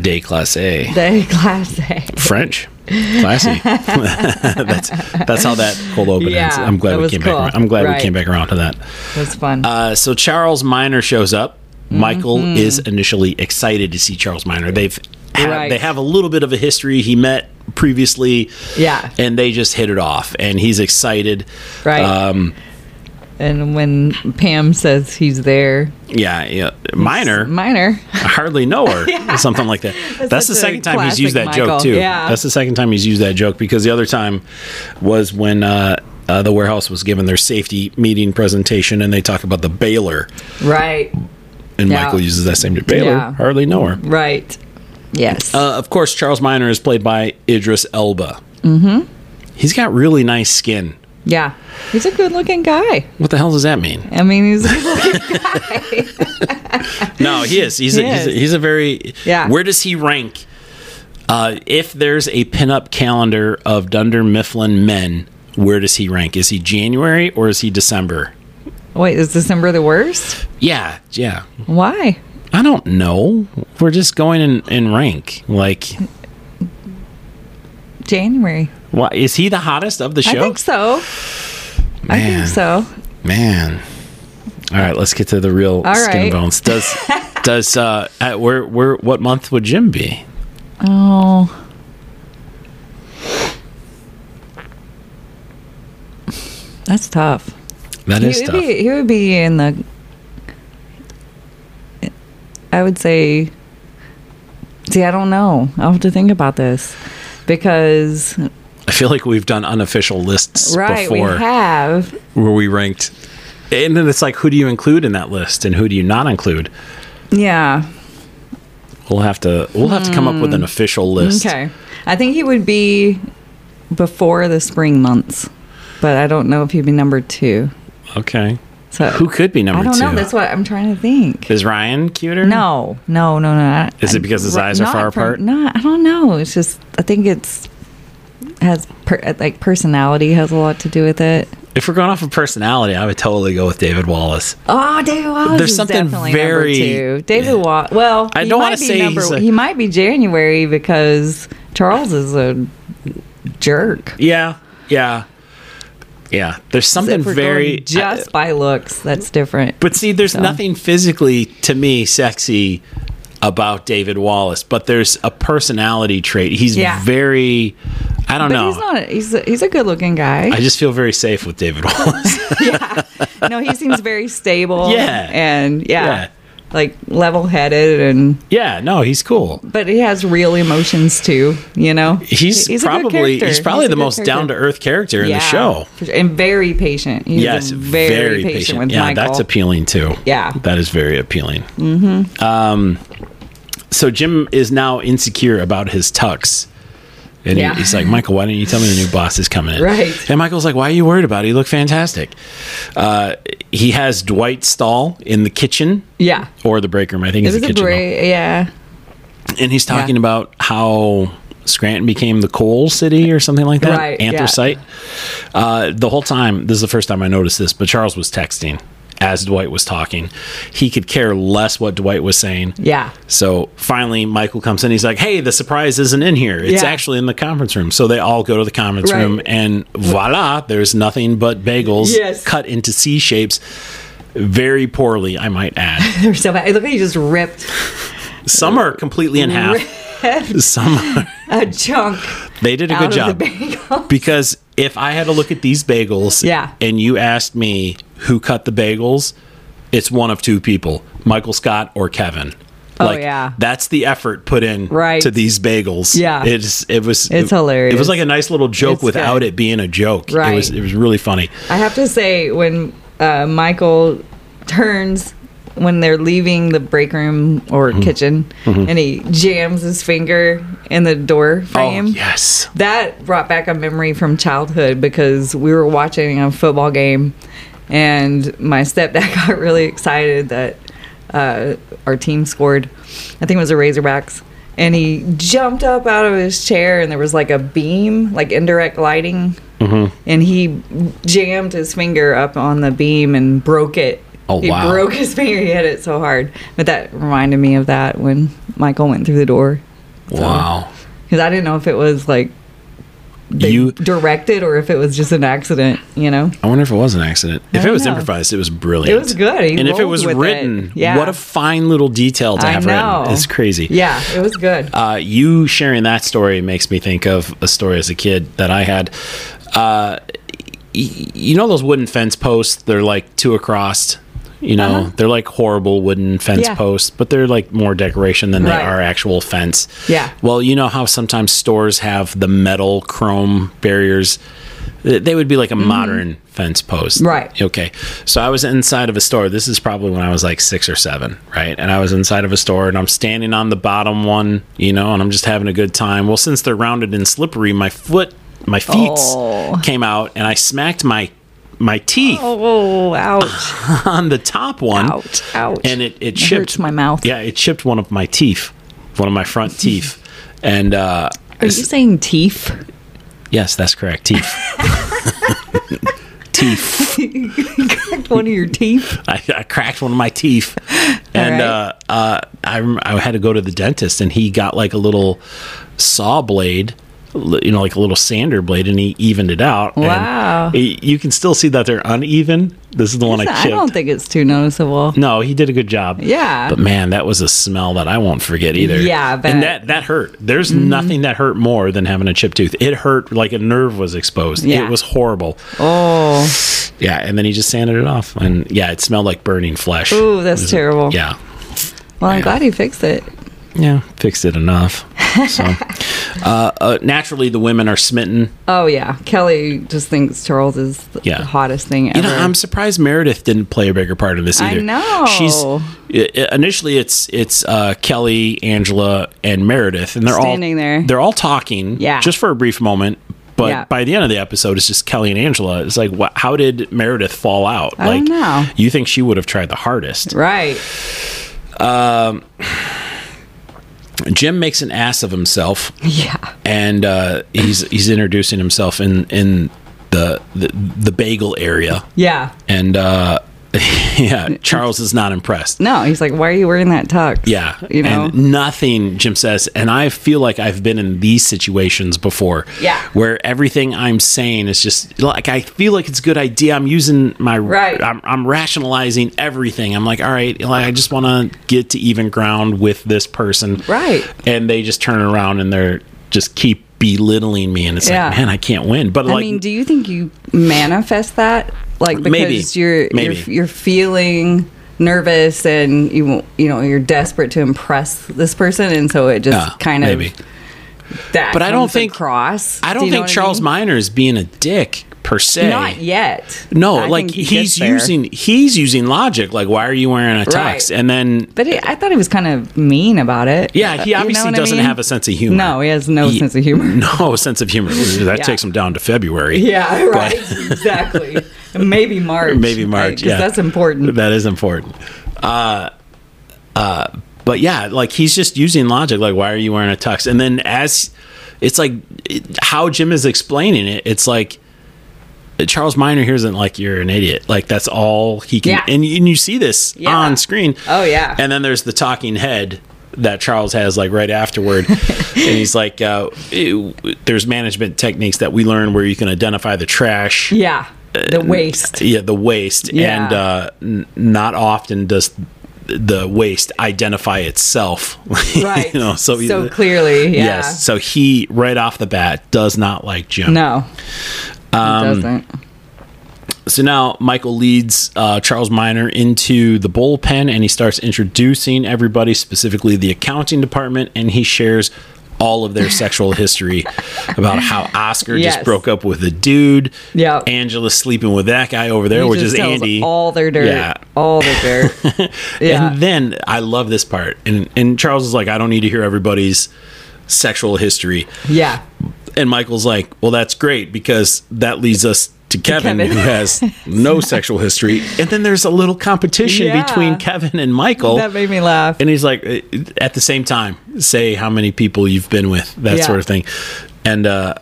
Speaker 8: Day class A.
Speaker 10: Day classy.
Speaker 8: French. Classy. that's that's how that cold open
Speaker 10: Yeah,
Speaker 8: ends. I'm
Speaker 10: that
Speaker 8: glad we
Speaker 10: was
Speaker 8: came
Speaker 10: cool.
Speaker 8: back. Around. I'm glad
Speaker 10: Right.
Speaker 8: we came back around to that.
Speaker 10: That's fun.
Speaker 8: Uh, so Charles Minor shows up. Michael
Speaker 10: Mhm.
Speaker 8: is initially excited to see Charles Minor. They've have,
Speaker 10: Right.
Speaker 8: they have a little bit of a history. He met previously,
Speaker 10: Yeah.
Speaker 8: and they just hit it off. And he's excited.
Speaker 10: Right.
Speaker 8: Um,
Speaker 10: And when Pam says he's there,
Speaker 8: yeah. Yeah. Minor.
Speaker 10: minor.
Speaker 8: I hardly know her,
Speaker 10: Yeah.
Speaker 8: something like that.
Speaker 10: That's
Speaker 8: That's, the
Speaker 10: such a
Speaker 8: second time he's used that
Speaker 10: classic Michael.
Speaker 8: joke too.
Speaker 10: Yeah.
Speaker 8: That's the second time he's used that joke because the other time was when uh, uh, the warehouse was given their safety meeting presentation and they talk about the baler,
Speaker 10: Right.
Speaker 8: and
Speaker 10: Yeah.
Speaker 8: Michael uses that same baler.
Speaker 10: Yeah.
Speaker 8: Hardly know her.
Speaker 10: Right. Yes.
Speaker 8: Uh, of course, Charles Minor is played by Idris Elba.
Speaker 10: Mm-hmm.
Speaker 8: He's got really nice skin.
Speaker 10: Yeah. He's a good looking guy.
Speaker 8: What the hell does that mean?
Speaker 10: I mean, he's a good looking
Speaker 8: No, he is. He's
Speaker 10: He
Speaker 8: a, he's, a,
Speaker 10: is.
Speaker 8: he's a very.
Speaker 10: Yeah.
Speaker 8: Where does he rank? Uh, if there's a pinup calendar of Dunder Mifflin men, where does he rank? Is he January or is he December?
Speaker 10: Wait, is December the worst?
Speaker 8: Yeah, yeah.
Speaker 10: Why?
Speaker 8: I don't know. We're just going in, in rank. Like,
Speaker 10: January.
Speaker 8: why is he the hottest of the
Speaker 10: I
Speaker 8: show?
Speaker 10: think so. I
Speaker 8: Man.
Speaker 10: think so.
Speaker 8: Man. All right, let's get to the real
Speaker 10: All
Speaker 8: skin
Speaker 10: right.
Speaker 8: and bones. Does does uh at where where what month would Jim be?
Speaker 10: Oh. That's tough.
Speaker 8: That is
Speaker 10: he would
Speaker 8: tough.
Speaker 10: Be, he would be in the. I would say. See, I don't know. I'll have to think about this because
Speaker 8: I feel like we've done unofficial lists
Speaker 10: right
Speaker 8: before
Speaker 10: we have
Speaker 8: where we ranked, and then it's like who do you include in that list and who do you not include?
Speaker 10: yeah
Speaker 8: We'll have to we'll have to come up with an
Speaker 10: Hmm.
Speaker 8: official list.
Speaker 10: okay. I think he would be before the spring months, but I don't know if he'd be number two.
Speaker 8: Okay.
Speaker 10: So
Speaker 8: who could be number
Speaker 10: I don't
Speaker 8: two?
Speaker 10: know. That's what I'm trying to think.
Speaker 8: Is Ryan cuter?
Speaker 10: No, no, no, no. I-
Speaker 8: Is it because his
Speaker 10: Right,
Speaker 8: eyes are
Speaker 10: not
Speaker 8: far
Speaker 10: from-
Speaker 8: apart?
Speaker 10: No, I don't know. It's just I think it's has per, like personality has a lot to do with it.
Speaker 8: If we're going off of personality, I would totally go with David Wallace.
Speaker 10: Oh, David Wallace
Speaker 8: There's
Speaker 10: is
Speaker 8: something
Speaker 10: definitely
Speaker 8: very-
Speaker 10: number two. David Wallace. Well,
Speaker 8: I
Speaker 10: he
Speaker 8: don't
Speaker 10: might
Speaker 8: wanna
Speaker 10: be
Speaker 8: say
Speaker 10: number-
Speaker 8: he's a-
Speaker 10: he might be January because Charles is a jerk.
Speaker 8: Yeah. Yeah. Yeah. There's something
Speaker 10: If we're
Speaker 8: very
Speaker 10: going just by looks. That's different.
Speaker 8: But see, there's
Speaker 10: So.
Speaker 8: nothing physically to me sexy about David Wallace, but there's a personality trait. He's
Speaker 10: Yeah.
Speaker 8: very I don't
Speaker 10: but
Speaker 8: know.
Speaker 10: He's not. A, he's a, he's a good looking guy.
Speaker 8: I just feel very safe with David Wallace.
Speaker 10: no, he seems very stable.
Speaker 8: Yeah.
Speaker 10: and yeah,
Speaker 8: Yeah.
Speaker 10: like level headed and
Speaker 8: yeah, no, he's cool.
Speaker 10: but he has real emotions too. You know,
Speaker 8: He's,
Speaker 10: a good
Speaker 8: probably
Speaker 10: character.
Speaker 8: he's probably
Speaker 10: a
Speaker 8: the
Speaker 10: good
Speaker 8: most
Speaker 10: character.
Speaker 8: down to earth character in
Speaker 10: Yeah,
Speaker 8: the show.
Speaker 10: for sure. and very patient. He's
Speaker 8: yes,
Speaker 10: very, patient, with
Speaker 8: yeah,
Speaker 10: Michael.
Speaker 8: that's appealing too.
Speaker 10: Yeah.
Speaker 8: that is very appealing.
Speaker 10: Mm-hmm.
Speaker 8: Um, so Jim is now insecure about his tux. And he-
Speaker 10: Yeah.
Speaker 8: he's like, Michael, why didn't you tell me the new boss is coming in?
Speaker 10: Right.
Speaker 8: And Michael's like, why are you worried about it? He looked fantastic. Uh, he has Dwight Stahl in the kitchen
Speaker 10: Yeah,
Speaker 8: or the break room. I think
Speaker 10: it
Speaker 8: it's
Speaker 10: was
Speaker 8: the
Speaker 10: a
Speaker 8: kitchen. room.
Speaker 10: great. Yeah,
Speaker 8: And he's talking about how Scranton became the coal city or something like that.
Speaker 10: Right, yeah.
Speaker 8: Anthracite. Uh, the whole time, this is the first time I noticed this, but Charles was texting as Dwight was talking. He could care less what Dwight was saying.
Speaker 10: yeah,
Speaker 8: So finally, Michael comes in. He's like, "Hey, the surprise isn't in here. It's
Speaker 10: Yeah.
Speaker 8: actually in the conference room." So they all go to the conference
Speaker 10: Right.
Speaker 8: room, and voila, there's nothing but bagels
Speaker 10: Yes.
Speaker 8: cut into C shapes, very poorly, I might add.
Speaker 10: they're so bad. Look, he just ripped
Speaker 8: Some are completely in half. Some are,
Speaker 10: a chunk.
Speaker 8: they did a
Speaker 10: out
Speaker 8: good
Speaker 10: of
Speaker 8: job
Speaker 10: The bagel.
Speaker 8: because if I had to look at these bagels,
Speaker 10: Yeah.
Speaker 8: and you asked me who cut the bagels, it's one of two people: Michael Scott or Kevin.
Speaker 10: Oh, yeah.
Speaker 8: that's the effort put in
Speaker 10: Right.
Speaker 8: to these bagels.
Speaker 10: Yeah.
Speaker 8: it's it was it-
Speaker 10: It's hilarious.
Speaker 8: It was like a nice little joke
Speaker 10: It's
Speaker 8: without
Speaker 10: good.
Speaker 8: it being a joke.
Speaker 10: Right.
Speaker 8: it was it was really funny.
Speaker 10: I have to say, when uh, Michael turns when they're leaving the break room or kitchen,
Speaker 13: Mhm.
Speaker 10: and he jams his finger in the door frame.
Speaker 8: Oh, yes,
Speaker 10: that brought back a memory from childhood because we were watching a football game, and my stepdad got really excited that uh, our team scored. I think it was the Razorbacks. And he jumped up out of his chair, and there was like a beam, like indirect lighting
Speaker 8: Mm-hmm.
Speaker 10: and he jammed his finger up on the beam and broke it.
Speaker 8: Oh,
Speaker 10: he
Speaker 8: wow.
Speaker 10: broke his finger. He hit it so hard. But that reminded me of that when Michael went through the door.
Speaker 8: Wow.
Speaker 10: Because I didn't know if it was like they
Speaker 8: You-
Speaker 10: directed or if it was just an accident, you know?
Speaker 8: I wonder if it was an accident.
Speaker 10: I
Speaker 8: If it
Speaker 10: don't
Speaker 8: was
Speaker 10: know.
Speaker 8: improvised, it was brilliant.
Speaker 10: It was good. He
Speaker 8: and if it
Speaker 10: rolled
Speaker 8: was
Speaker 10: with it.
Speaker 8: written,
Speaker 10: Yeah.
Speaker 8: what a fine little detail to
Speaker 10: I
Speaker 8: have
Speaker 10: know.
Speaker 8: written. It's crazy.
Speaker 10: Yeah, it was good.
Speaker 8: Uh, you sharing that story makes me think of a story as a kid that I had. Uh, y- you know those wooden fence posts? They're like two across. You know,
Speaker 10: Uh-huh.
Speaker 8: they're like horrible wooden fence
Speaker 10: Yeah.
Speaker 8: posts, but they're like more decoration than
Speaker 10: Right.
Speaker 8: they are actual fence.
Speaker 10: Yeah.
Speaker 8: Well, you know how sometimes stores have the metal chrome barriers. Th- They would be like a modern fence post.
Speaker 10: Mm-hmm. Right.
Speaker 8: Okay. So I was inside of a store. This is probably when I was like six or seven, right? And I was inside of a store and I'm standing on the bottom one, you know, and I'm just having a good time. Well, since they're rounded and slippery, my foot, my feet came out and I smacked my my teeth
Speaker 10: Oh, ouch.
Speaker 8: on the top one.
Speaker 10: Ouch, ouch.
Speaker 8: And it, it
Speaker 10: It
Speaker 8: chipped
Speaker 10: hurts my mouth.
Speaker 8: Yeah, it chipped one of my teeth, one of my front teeth. And uh,
Speaker 10: Are you saying teeth?
Speaker 8: yes, that's correct. Teeth. teeth.
Speaker 10: you cracked one of your teeth?
Speaker 8: I, I cracked one of my teeth, and
Speaker 10: right.
Speaker 8: uh, uh, I rem- I had to go to the dentist, and he got like a little saw blade, l- you know, like a little sander blade, and he evened it out. and
Speaker 10: Wow.
Speaker 8: y- you can still see that they're uneven. This is the one I
Speaker 10: I
Speaker 8: chipped.
Speaker 10: don't think it's too noticeable.
Speaker 8: no, he did a good job.
Speaker 10: Yeah.
Speaker 8: But man, that was a smell that I won't forget either.
Speaker 10: Yeah, I bet. Mm-hmm.
Speaker 8: and that that hurt. There's nothing that hurt more than having a chipped tooth. It hurt like a nerve was exposed.
Speaker 10: Yeah.
Speaker 8: It was horrible.
Speaker 10: Oh.
Speaker 8: Yeah, and then he just sanded it off, and yeah, it smelled like burning flesh.
Speaker 10: Ooh, that's
Speaker 8: It was-
Speaker 10: terrible.
Speaker 8: Yeah,
Speaker 10: Well, I'm glad he fixed it.
Speaker 8: yeah, fixed it enough. So, uh, uh, naturally, the women are smitten.
Speaker 10: Oh yeah, Kelly just thinks Charles is the
Speaker 8: Yeah.
Speaker 10: the hottest thing ever.
Speaker 8: You know, I'm surprised Meredith didn't play a bigger part in this
Speaker 10: Uh-huh. I
Speaker 8: either.
Speaker 10: know.
Speaker 8: she's i- i- initially it's it's uh, Kelly, Angela, and Meredith, and they're
Speaker 10: Standing
Speaker 8: all
Speaker 10: there.
Speaker 8: They're all talking,
Speaker 10: Yeah.
Speaker 8: just for a brief moment. But
Speaker 10: Yeah.
Speaker 8: by the end of the episode, it's just Kelly and Angela. It's like, what, how did Meredith fall out?
Speaker 10: I
Speaker 8: like,
Speaker 10: don't know.
Speaker 8: you think she would have tried the hardest?
Speaker 10: right.
Speaker 8: Um,
Speaker 10: Mm.
Speaker 8: Jim makes an ass of himself.
Speaker 10: Yeah.
Speaker 8: and uh, he's he's introducing himself in in the the, the bagel area,
Speaker 10: Yeah.
Speaker 8: and uh, yeah, Charles is not impressed.
Speaker 10: No, he's like, why are you wearing that tux?
Speaker 8: Yeah,
Speaker 10: You know?
Speaker 8: and nothing. Jim says, and I feel like I've been in these situations before.
Speaker 10: Yeah.
Speaker 8: where everything I'm saying is just like I feel like it's a good idea. I'm using my
Speaker 10: Right.
Speaker 8: I'm, I'm rationalizing everything. I'm like, all right, like I just want to get to even ground with this person.
Speaker 10: Right.
Speaker 8: And they just turn around and they're just keep belittling me, and it's
Speaker 10: Yeah.
Speaker 8: like, man, I can't win. But
Speaker 10: I
Speaker 8: like,
Speaker 10: mean, do you think you manifest that? Like because
Speaker 8: Maybe.
Speaker 10: you're
Speaker 8: Maybe.
Speaker 10: you're you're feeling nervous and you won't- you know you're desperate to impress this person, and so it just
Speaker 8: Yeah,
Speaker 10: kind of
Speaker 8: maybe.
Speaker 10: that.
Speaker 8: But I don't
Speaker 10: comes
Speaker 8: think-
Speaker 10: across.
Speaker 8: I
Speaker 10: Do
Speaker 8: don't
Speaker 10: you know
Speaker 8: think
Speaker 10: what I
Speaker 8: Charles
Speaker 10: mean?
Speaker 8: Minor is being a dick per se.
Speaker 10: Not yet.
Speaker 8: No,
Speaker 10: I
Speaker 8: like
Speaker 10: think he gets
Speaker 8: he's
Speaker 10: there.
Speaker 8: using he's using logic. Like, why are you wearing a tux?
Speaker 10: Right.
Speaker 8: And then,
Speaker 10: But it, I thought he was kind of mean about it.
Speaker 8: yeah, he
Speaker 10: You know
Speaker 8: obviously
Speaker 10: what I
Speaker 8: doesn't
Speaker 10: mean?
Speaker 8: have a sense of humor.
Speaker 10: No, he has no
Speaker 8: He-
Speaker 10: sense of humor.
Speaker 8: No sense of humor. That
Speaker 10: Yeah.
Speaker 8: takes him down to February.
Speaker 10: Yeah,
Speaker 8: But-
Speaker 10: right. exactly. Maybe March.
Speaker 8: Maybe March.
Speaker 10: 'cause
Speaker 8: yeah,
Speaker 10: that's important.
Speaker 8: That is important. Uh, uh, but yeah, like he's just using logic. Like, why are you wearing a tux? And then as it's like it- how Jim is explaining it, it's like Charles Minor hears it and, like you're an idiot. Like that's all he can.
Speaker 10: Yeah.
Speaker 8: And, you, and you see this
Speaker 10: Yeah.
Speaker 8: on screen.
Speaker 10: Oh, yeah.
Speaker 8: And then there's the talking head. That Charles has like right afterward, and he's like, uh, it- "There's management techniques that we learn where you can identify the trash,
Speaker 10: Yeah.
Speaker 8: Uh,
Speaker 10: The waste.
Speaker 8: yeah, the waste,
Speaker 10: Yeah.
Speaker 8: and uh, n- not often does the waste identify itself.
Speaker 10: Right.
Speaker 8: you know, so,
Speaker 10: So clearly, yeah.
Speaker 8: Yes. So he right off the bat does not like Jim.
Speaker 10: No.
Speaker 8: Um,
Speaker 10: doesn't.
Speaker 8: So now Michael leads uh, Charles Minor into the bullpen, and he starts introducing everybody, specifically the accounting department, and he shares all of their sexual history about how Oscar
Speaker 10: Yes.
Speaker 8: just broke up with a dude.
Speaker 10: Yeah.
Speaker 8: Angela's sleeping with that guy over there,
Speaker 10: He
Speaker 8: which
Speaker 10: just
Speaker 8: is
Speaker 10: tells
Speaker 8: Andy.
Speaker 10: All their dirt.
Speaker 8: Yeah.
Speaker 10: All their dirt. Yeah.
Speaker 8: And then I love this part. And and Charles is like, I don't need to hear everybody's sexual history.
Speaker 10: yeah.
Speaker 8: And Michael's like, Well, that's great because that leads us to Kevin,
Speaker 10: Kevin.
Speaker 8: who has no sexual history. And then there's a little competition
Speaker 10: Yeah.
Speaker 8: between Kevin and Michael.
Speaker 10: That made me laugh.
Speaker 8: And he's like, eh, at the same time, say how many people you've been with, that
Speaker 10: Yeah.
Speaker 8: sort of thing. And, uh,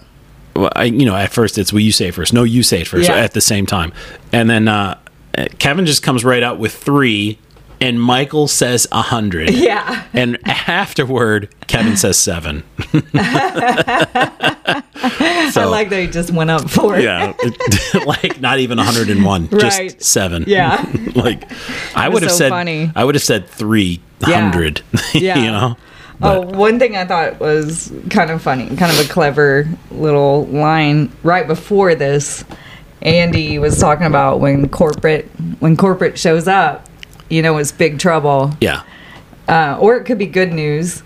Speaker 8: well, I, you know, at first it's, well, you say it first. No, you say it first
Speaker 10: Yeah.
Speaker 8: at the same time. And then uh, eh, Kevin just comes right out with three, and Michael says a 100.
Speaker 10: Yeah.
Speaker 8: And afterward, Kevin says seven.
Speaker 10: I
Speaker 8: So-
Speaker 10: like that he just went up for it.
Speaker 8: Yeah. it- like not even 101,
Speaker 10: Right.
Speaker 8: just seven.
Speaker 10: Yeah.
Speaker 8: like I
Speaker 10: It was
Speaker 8: would have
Speaker 10: so
Speaker 8: said,
Speaker 10: funny.
Speaker 8: I would have said 300,
Speaker 10: Yeah.
Speaker 8: you know?
Speaker 10: Oh, one thing I thought was kind of funny, kind of a clever little line right before this. Andy was talking about when corporate when corporate shows up, you know, it's big trouble.
Speaker 8: Yeah.
Speaker 10: Uh, or it could be good news,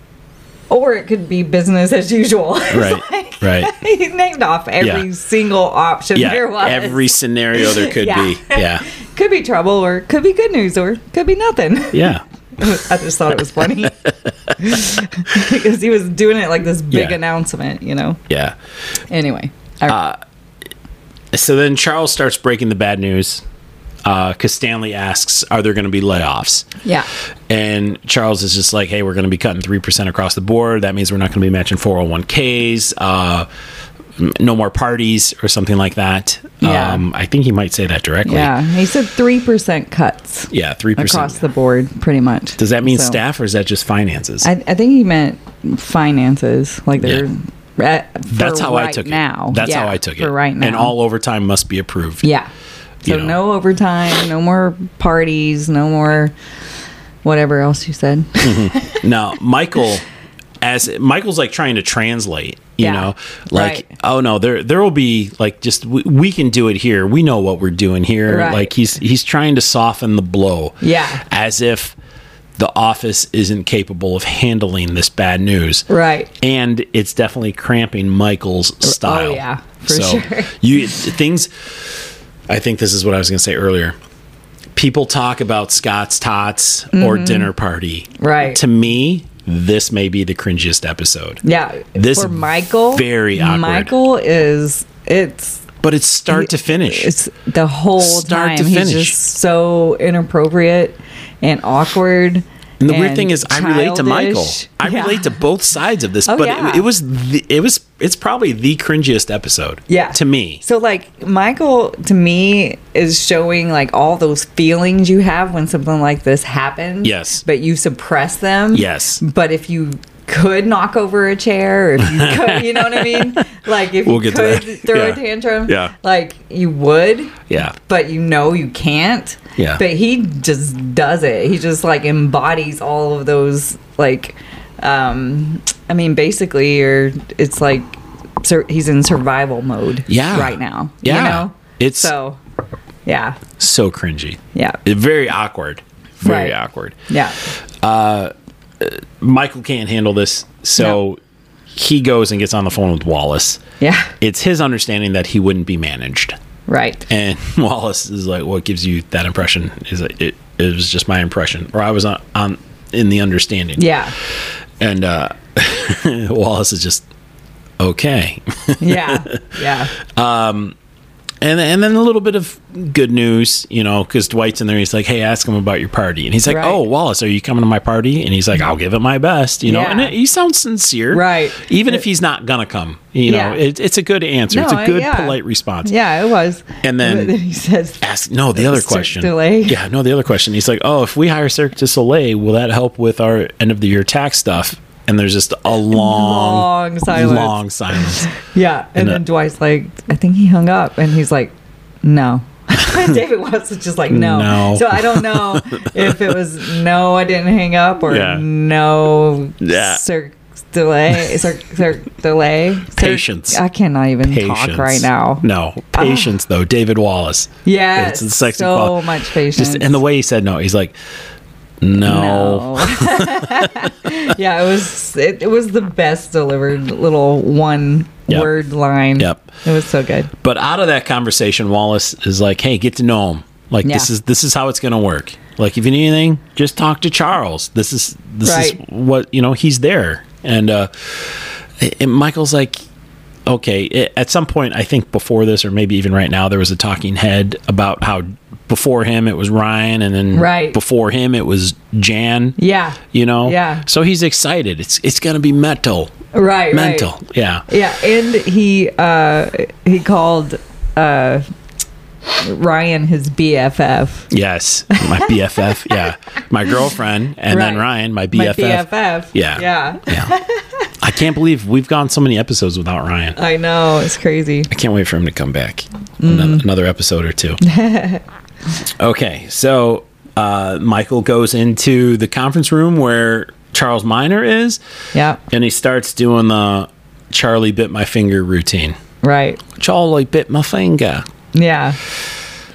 Speaker 10: or it could be business as usual. It's
Speaker 8: Right. right.
Speaker 10: he named off every
Speaker 8: Yeah.
Speaker 10: single option there was.
Speaker 8: Every scenario there could
Speaker 10: Yeah.
Speaker 8: be. Yeah.
Speaker 10: could be trouble, or could be good news, or could be nothing.
Speaker 8: Yeah.
Speaker 10: I just thought it was funny because he was doing it like this big
Speaker 8: Yeah.
Speaker 10: announcement, you know.
Speaker 8: Yeah.
Speaker 10: Anyway,
Speaker 8: Uh, so then Charles starts breaking the bad news because Stanley asks, Are there going to be layoffs?
Speaker 10: yeah,
Speaker 8: And Charles is just like, hey, we're going to be cutting 3% across the board. That means we're not going to be matching 401ks, uh, m- no more parties, or something like that.
Speaker 10: Yeah.
Speaker 8: Um, I think he might say that directly.
Speaker 10: yeah. He said three percent cuts
Speaker 8: Yeah, 3%.
Speaker 10: across the board, pretty much.
Speaker 8: Does that mean
Speaker 10: So-
Speaker 8: staff or is that just finances?
Speaker 10: I, I think he meant finances, like they're. uh, for
Speaker 8: That's how I
Speaker 10: right
Speaker 8: took
Speaker 10: now.
Speaker 8: it. That's
Speaker 10: Yeah,
Speaker 8: how I took it.
Speaker 10: for right now.
Speaker 8: And all overtime must be approved.
Speaker 10: Yeah.
Speaker 8: You
Speaker 10: So no overtime, no more parties, no more whatever else you said.
Speaker 8: Mhm. now michael as michael's like trying to translate you
Speaker 10: Yeah,
Speaker 8: know like
Speaker 10: right.
Speaker 8: oh no there there will be like just we, we can do it here we know what we're doing here
Speaker 10: Right.
Speaker 8: like he's he's trying to soften the blow
Speaker 10: Yeah.
Speaker 8: as if the office isn't capable of handling this bad news
Speaker 10: Right.
Speaker 8: and it's definitely cramping michael's style
Speaker 10: Oh, yeah, for sure.
Speaker 8: you things i think this is what i was going to say earlier people talk about scott's tots or
Speaker 10: Mhm.
Speaker 8: dinner party
Speaker 10: Right.
Speaker 8: to me this may be the cringiest episode
Speaker 10: Yeah.
Speaker 8: This
Speaker 10: for Michael.
Speaker 8: very awkward.
Speaker 10: Michael is it's
Speaker 8: but it's start to finish
Speaker 10: it's the whole
Speaker 8: Start
Speaker 10: time
Speaker 8: to
Speaker 10: he's
Speaker 8: finish.
Speaker 10: just so inappropriate and awkward.
Speaker 8: and the weird thing is i relate to michael
Speaker 10: childish.
Speaker 8: i
Speaker 10: Yeah.
Speaker 8: relate to both sides of this
Speaker 10: Oh,
Speaker 8: but
Speaker 10: yeah.
Speaker 8: it, it was the, it was it's probably the cringiest episode
Speaker 10: Yeah.
Speaker 8: to me
Speaker 10: So like Michael to me is showing like all those feelings you have when something like this happens.
Speaker 8: Yes.
Speaker 10: But you suppress them.
Speaker 8: Yes.
Speaker 10: But if you could knock over a chair, or if you could, you know what I mean? Like if
Speaker 8: We'll
Speaker 10: you
Speaker 8: get to
Speaker 10: could
Speaker 8: that.
Speaker 10: throw
Speaker 8: Yeah.
Speaker 10: a tantrum,
Speaker 8: Yeah.
Speaker 10: like you would,
Speaker 8: yeah
Speaker 10: but you know you can't.
Speaker 8: Yeah.
Speaker 10: But he just does it. He just like embodies all of those like um I mean basically or it's like sur- he's in survival mode
Speaker 8: Yeah.
Speaker 10: right now.
Speaker 8: Yeah.
Speaker 10: You know?
Speaker 8: It's-
Speaker 10: so yeah.
Speaker 8: so cringy
Speaker 10: Yeah.
Speaker 8: It- very awkward very
Speaker 10: Right.
Speaker 8: awkward
Speaker 10: Yeah.
Speaker 8: uh, uh, Michael can't handle this, so he goes and gets on the phone with Wallace.
Speaker 10: Yeah.
Speaker 8: It's his understanding that he wouldn't be managed,
Speaker 10: Right.
Speaker 8: and Wallace is like, "What gives you that impression?" Is like, it, it was just my impression, or I was on, on in the understanding.
Speaker 10: Yeah.
Speaker 8: and uh, Wallace is just okay.
Speaker 10: Yeah. Yeah.
Speaker 8: Um, and and then a little bit of good news, you know, because Dwight's in there. He's like, "Hey, ask him about your party," and he's like,
Speaker 10: Right.
Speaker 8: "Oh, Wallace, are you coming to my party?" And he's like, "I'll give it my best," you know.
Speaker 10: Yeah.
Speaker 8: And it, he sounds sincere,
Speaker 10: Right.
Speaker 8: Even if he's not gonna come, you
Speaker 10: Yeah.
Speaker 8: know, it, it's a good answer. it's
Speaker 10: No, I-
Speaker 8: a good,
Speaker 10: yeah.
Speaker 8: polite response.
Speaker 10: Yeah, it was.
Speaker 8: And
Speaker 10: But
Speaker 8: then
Speaker 10: he says
Speaker 8: ask no the other
Speaker 10: Cirque
Speaker 8: question.
Speaker 10: du Soleil.
Speaker 8: Yeah, no the other question. He's like, "Oh, if we hire Cirque du Soleil, will that help with our end of the year tax stuff?" And there's just a long,
Speaker 10: Long silence.
Speaker 8: long silence.
Speaker 10: Yeah.
Speaker 8: And,
Speaker 10: And,
Speaker 8: uh,
Speaker 10: then Dwight's like, I think he hung up and he's like, No. David Watts is just like, no.
Speaker 8: Hmm. No.
Speaker 10: So I don't know if it was no, I didn't hang up or
Speaker 8: Yeah.
Speaker 10: no
Speaker 8: Yeah.
Speaker 10: Cirque delay Cirque, Cirque delay Cirque-
Speaker 8: Patience.
Speaker 10: I cannot even talk right now.
Speaker 8: No, patience though. David Wallace.
Speaker 10: Yes,
Speaker 8: it's a sexy
Speaker 10: so
Speaker 8: qual-
Speaker 10: much
Speaker 8: Just
Speaker 10: patience.
Speaker 8: and the way he said no, he's like, No.
Speaker 10: yeah, it was it, it was the best delivered little one
Speaker 8: Yep.
Speaker 10: word line.
Speaker 8: Yep.
Speaker 10: It was so good.
Speaker 8: But out of that conversation, Wallace is like, "Hey, get to know him. Like this
Speaker 10: Yeah.
Speaker 8: is this is how it's going to work. Like if you need anything, just talk to Charles. This is this is
Speaker 10: Right.
Speaker 8: what you know. He's there." And, uh, and Michael's like, "Okay." i- at some point, I think before this, or maybe even right now, there was a talking head about how before him it was Ryan, and then
Speaker 10: Right.
Speaker 8: before him it was Jan.
Speaker 10: Yeah.
Speaker 8: You know.
Speaker 10: Yeah.
Speaker 8: So he's excited. It's it's going to be metal.
Speaker 10: Right, right.
Speaker 8: Mental. Yeah.
Speaker 10: Yeah, and he uh he called uh Ryan his BFF.
Speaker 8: Yes, my BFF. yeah, my girlfriend, and then Ryan, my
Speaker 10: My
Speaker 8: BFF.
Speaker 10: BFF.
Speaker 8: Yeah.
Speaker 10: Yeah.
Speaker 8: I can't believe we've gone so many episodes without Ryan.
Speaker 10: I know. It's crazy.
Speaker 8: I can't wait for him to come back.
Speaker 10: Mm.
Speaker 8: Another, another episode or two. Okay, so uh, Michael goes into the conference room where Charles Minor is.
Speaker 10: Yeah,
Speaker 8: and he starts doing the Charlie bit my finger routine.
Speaker 10: Right.
Speaker 8: Charlie bit my finger.
Speaker 10: yeah.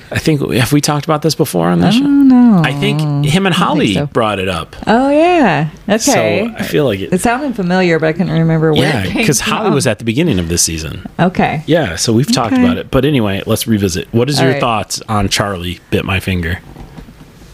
Speaker 8: I think have we talked about this before on the show?
Speaker 10: No.
Speaker 8: I think him and Holly brought it up.
Speaker 10: Oh yeah. Okay.
Speaker 8: So I feel like it.
Speaker 10: it sounded familiar, but I couldn't remember where.
Speaker 8: Yeah,
Speaker 10: it came
Speaker 8: because Holly
Speaker 10: from.
Speaker 8: was at the beginning of this season.
Speaker 10: Okay.
Speaker 8: Yeah, so we've talked
Speaker 10: Okay.
Speaker 8: about it. But anyway, let's revisit. What is
Speaker 10: All
Speaker 8: your
Speaker 10: right.
Speaker 8: thoughts on Charlie bit my finger?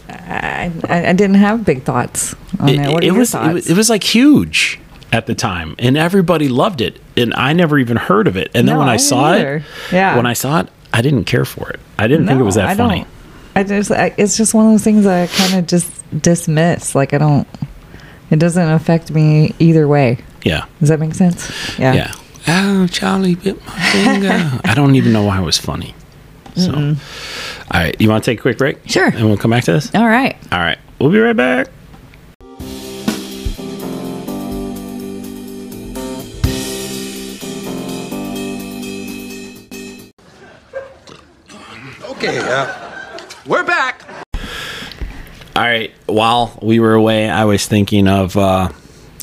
Speaker 10: I, I I didn't have big thoughts on it. Oh, What are your
Speaker 8: was,
Speaker 10: thoughts?
Speaker 8: it was it was like huge at the time, and everybody loved it, and I never even heard of it. And then
Speaker 10: No,
Speaker 8: when I,
Speaker 10: I
Speaker 8: saw
Speaker 10: didn't either.
Speaker 8: it,
Speaker 10: Yeah.
Speaker 8: when I saw it, I didn't care for it. I didn't think it was
Speaker 10: No,
Speaker 8: that
Speaker 10: I
Speaker 8: funny.
Speaker 10: Don't, I just I, it's just one of those things that I kind of just dismiss. Like I don't. It doesn't affect me either way.
Speaker 8: Yeah.
Speaker 10: Does that make sense? Yeah.
Speaker 8: Yeah. Oh, Charlie bit my finger. I don't even know why it was funny. So,
Speaker 10: Mm-mm.
Speaker 8: all right, you want to take a quick break? Sure. And we'll come back to this.
Speaker 10: All right.
Speaker 8: All right, we'll be right back.
Speaker 13: Okay, uh, we're back.
Speaker 8: All right. While we were away, I was thinking of. Uh,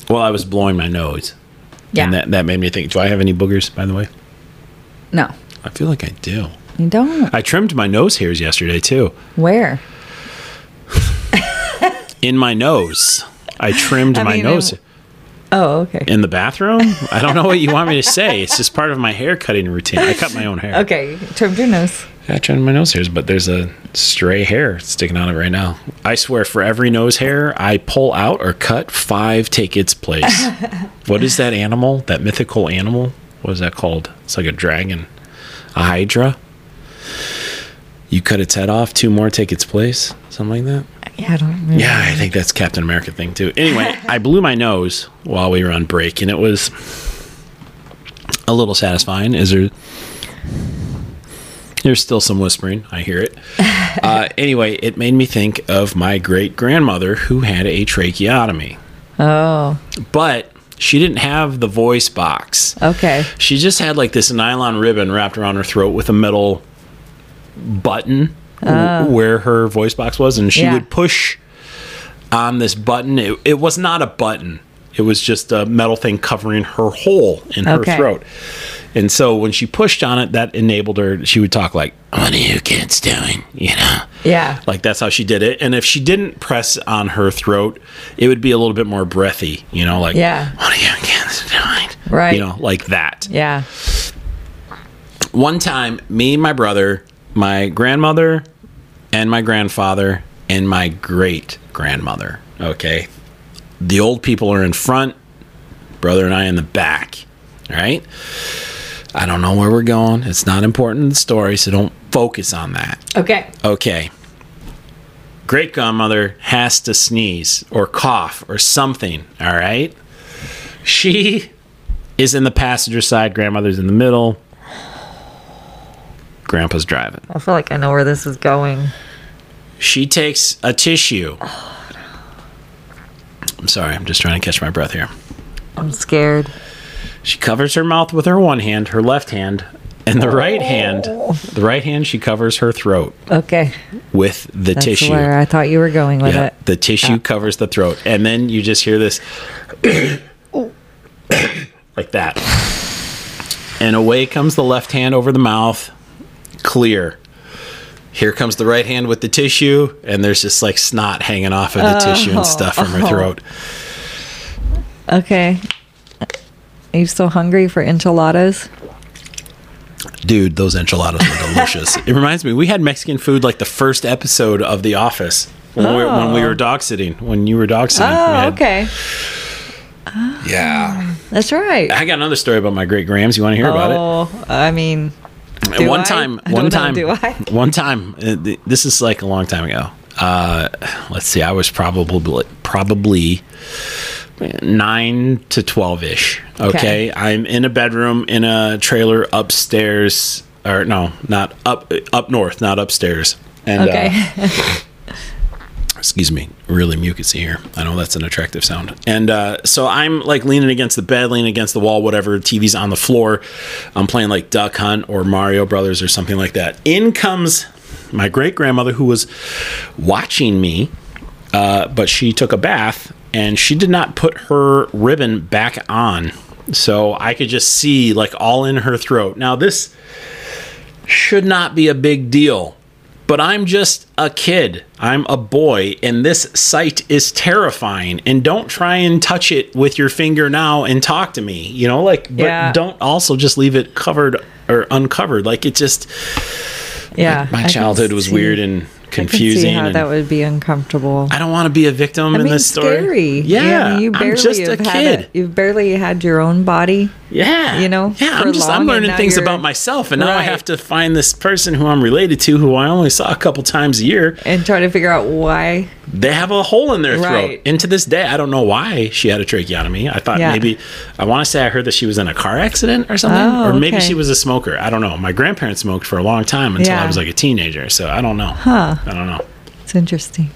Speaker 8: well, I was blowing my nose.
Speaker 10: Yeah.
Speaker 8: And that, that made me think. Do I have any boogers? By the way,
Speaker 10: No,
Speaker 8: I feel like I do.
Speaker 10: you don't.
Speaker 8: I trimmed my nose hairs yesterday too.
Speaker 10: Where?
Speaker 8: In my nose, I trimmed
Speaker 10: I
Speaker 8: my
Speaker 10: mean,
Speaker 8: nose
Speaker 10: in- Oh, okay.
Speaker 8: in the bathroom. I don't know what you want me to say. It's just part of my hair cutting routine. I cut my own hair.
Speaker 10: Okay, trimmed your nose.
Speaker 8: I trimmed my nose hairs, but there's a stray hair sticking out of it right now. I swear, for every nose hair I pull out or cut, five take its place. what is that animal? That mythical animal? What is that called? It's like a dragon, a hydra. You cut its head off, two more take its place, something like that.
Speaker 10: Yeah, I don't remember.
Speaker 8: Yeah, I think that's Captain America thing too. Anyway, I blew my nose while we were on break, and it was a little satisfying. Is there? There's still some whispering. I hear it. Uh, anyway, it made me think of my great grandmother who had a tracheotomy,
Speaker 10: Oh,
Speaker 8: but she didn't have the voice box.
Speaker 10: okay.
Speaker 8: She just had like this nylon ribbon wrapped around her throat with a metal button
Speaker 10: Oh.
Speaker 8: w- where her voice box was, and she
Speaker 10: Yeah.
Speaker 8: would push on this button. It, it was not a button. It was just a metal thing covering her hole in
Speaker 10: Okay.
Speaker 8: her throat. And so when she pushed on it, that enabled her. She would talk like, "What are you kids doing?" You know.
Speaker 10: Yeah.
Speaker 8: Like that's how she did it. And if she didn't press on her throat, it would be a little bit more breathy, you know, like
Speaker 10: yeah.
Speaker 8: What are you against?
Speaker 10: Right.
Speaker 8: you know, like that.
Speaker 10: Yeah.
Speaker 8: One time, me, my brother, my grandmother, and my grandfather, and my great grandmother. Okay. The old people are in front, brother and I in the back. All right. I don't know where we're going. It's not important in the story, so don't focus on that.
Speaker 10: Okay.
Speaker 8: Okay. Great grandmother has to sneeze or cough or something. All right. She is in the passenger side. Grandmother's in the middle. Grandpa's driving.
Speaker 10: I feel like I know where this is going.
Speaker 8: She takes a tissue. I'm sorry. I'm just trying to catch my breath here.
Speaker 10: I'm scared.
Speaker 8: She covers her mouth with her one hand, her left hand, and the right hand.
Speaker 10: Oh.
Speaker 8: The right hand, she covers her throat
Speaker 10: Okay.
Speaker 8: with the
Speaker 10: That's
Speaker 8: tissue.
Speaker 10: where I thought you were going with
Speaker 8: yeah,
Speaker 10: it.
Speaker 8: the tissue covers the throat, and then you just hear this, like that, and away comes the left hand over the mouth, clear. Here comes the right hand with the tissue, and there's just like snot hanging off of the tissue
Speaker 10: Oh,
Speaker 8: and stuff from her
Speaker 10: oh.
Speaker 8: throat.
Speaker 10: Okay. Are you so hungry for enchiladas?
Speaker 8: Dude, those enchiladas are delicious. it reminds me, we had Mexican food like the first episode of The Office when, we, when we
Speaker 10: Oh.
Speaker 8: were dog sitting. When you were dog sitting, we
Speaker 10: Oh,
Speaker 8: had-
Speaker 10: okay.
Speaker 8: yeah.
Speaker 10: That's right.
Speaker 8: I got another story about my great grams. You want to hear about it?
Speaker 10: Oh, I mean, do
Speaker 8: one
Speaker 10: I?
Speaker 8: time,
Speaker 10: I
Speaker 8: one
Speaker 10: don't know,
Speaker 8: time,
Speaker 10: do I?
Speaker 8: one time. uh, th- This is like a long time ago. Uh, let's see. I was probably probably nine to twelve ish. Okay?
Speaker 14: Okay.
Speaker 8: I'm in a bedroom in a trailer upstairs, or no, not up up north, not upstairs. And uh, excuse me, really mucusy here. I know that's an attractive sound. And uh, so I'm like leaning against the bed, leaning against the wall, whatever. TV's on the floor. I'm playing like Duck Hunt or Mario Brothers or something like that. In comes my great grandmother who was watching me, uh, but she took a bath and she did not put her ribbon back on. So I could just see like all in her throat. Now, this should not be a big deal. But I'm just a kid. I'm a boy, and this sight is terrifying. And don't try and touch it with your finger now and talk to me. You know, like, but
Speaker 10: Yeah.
Speaker 8: don't also just leave it covered or uncovered. Like, it just,
Speaker 10: Yeah. I
Speaker 8: my
Speaker 10: can
Speaker 8: childhood was
Speaker 10: see-
Speaker 8: weird and
Speaker 10: I can see
Speaker 8: confusing.
Speaker 10: how
Speaker 8: and
Speaker 10: that would be uncomfortable.
Speaker 8: I don't want to be a victim
Speaker 10: I
Speaker 8: in
Speaker 10: mean,
Speaker 8: this story.
Speaker 10: Scary.
Speaker 8: Yeah,
Speaker 10: I mean, you
Speaker 8: I'm
Speaker 10: barely
Speaker 8: just a
Speaker 10: have
Speaker 8: kid.
Speaker 10: Had a, you've barely had your own body.
Speaker 8: Yeah.
Speaker 10: You know.
Speaker 8: Yeah,
Speaker 10: for
Speaker 8: I'm just
Speaker 10: long,
Speaker 8: I'm
Speaker 10: and
Speaker 8: learning
Speaker 10: now
Speaker 8: things
Speaker 10: you're-
Speaker 8: about myself, and now I
Speaker 10: Right.
Speaker 8: have to find this person who I'm related to, who I only saw a couple times a year,
Speaker 10: and try to figure out why.
Speaker 8: They have a hole in their throat,
Speaker 10: Right.
Speaker 8: and to this day, I don't know why she had a tracheotomy. I thought
Speaker 10: Yeah.
Speaker 8: maybe I want to say I heard that she was in a car accident or something,
Speaker 10: Oh,
Speaker 8: or maybe
Speaker 10: okay.
Speaker 8: she was a smoker. I don't know. My grandparents smoked for a long time until I
Speaker 10: Yeah.
Speaker 8: was like a teenager, so I don't know.
Speaker 10: Huh.
Speaker 8: I don't know.
Speaker 10: It's interesting.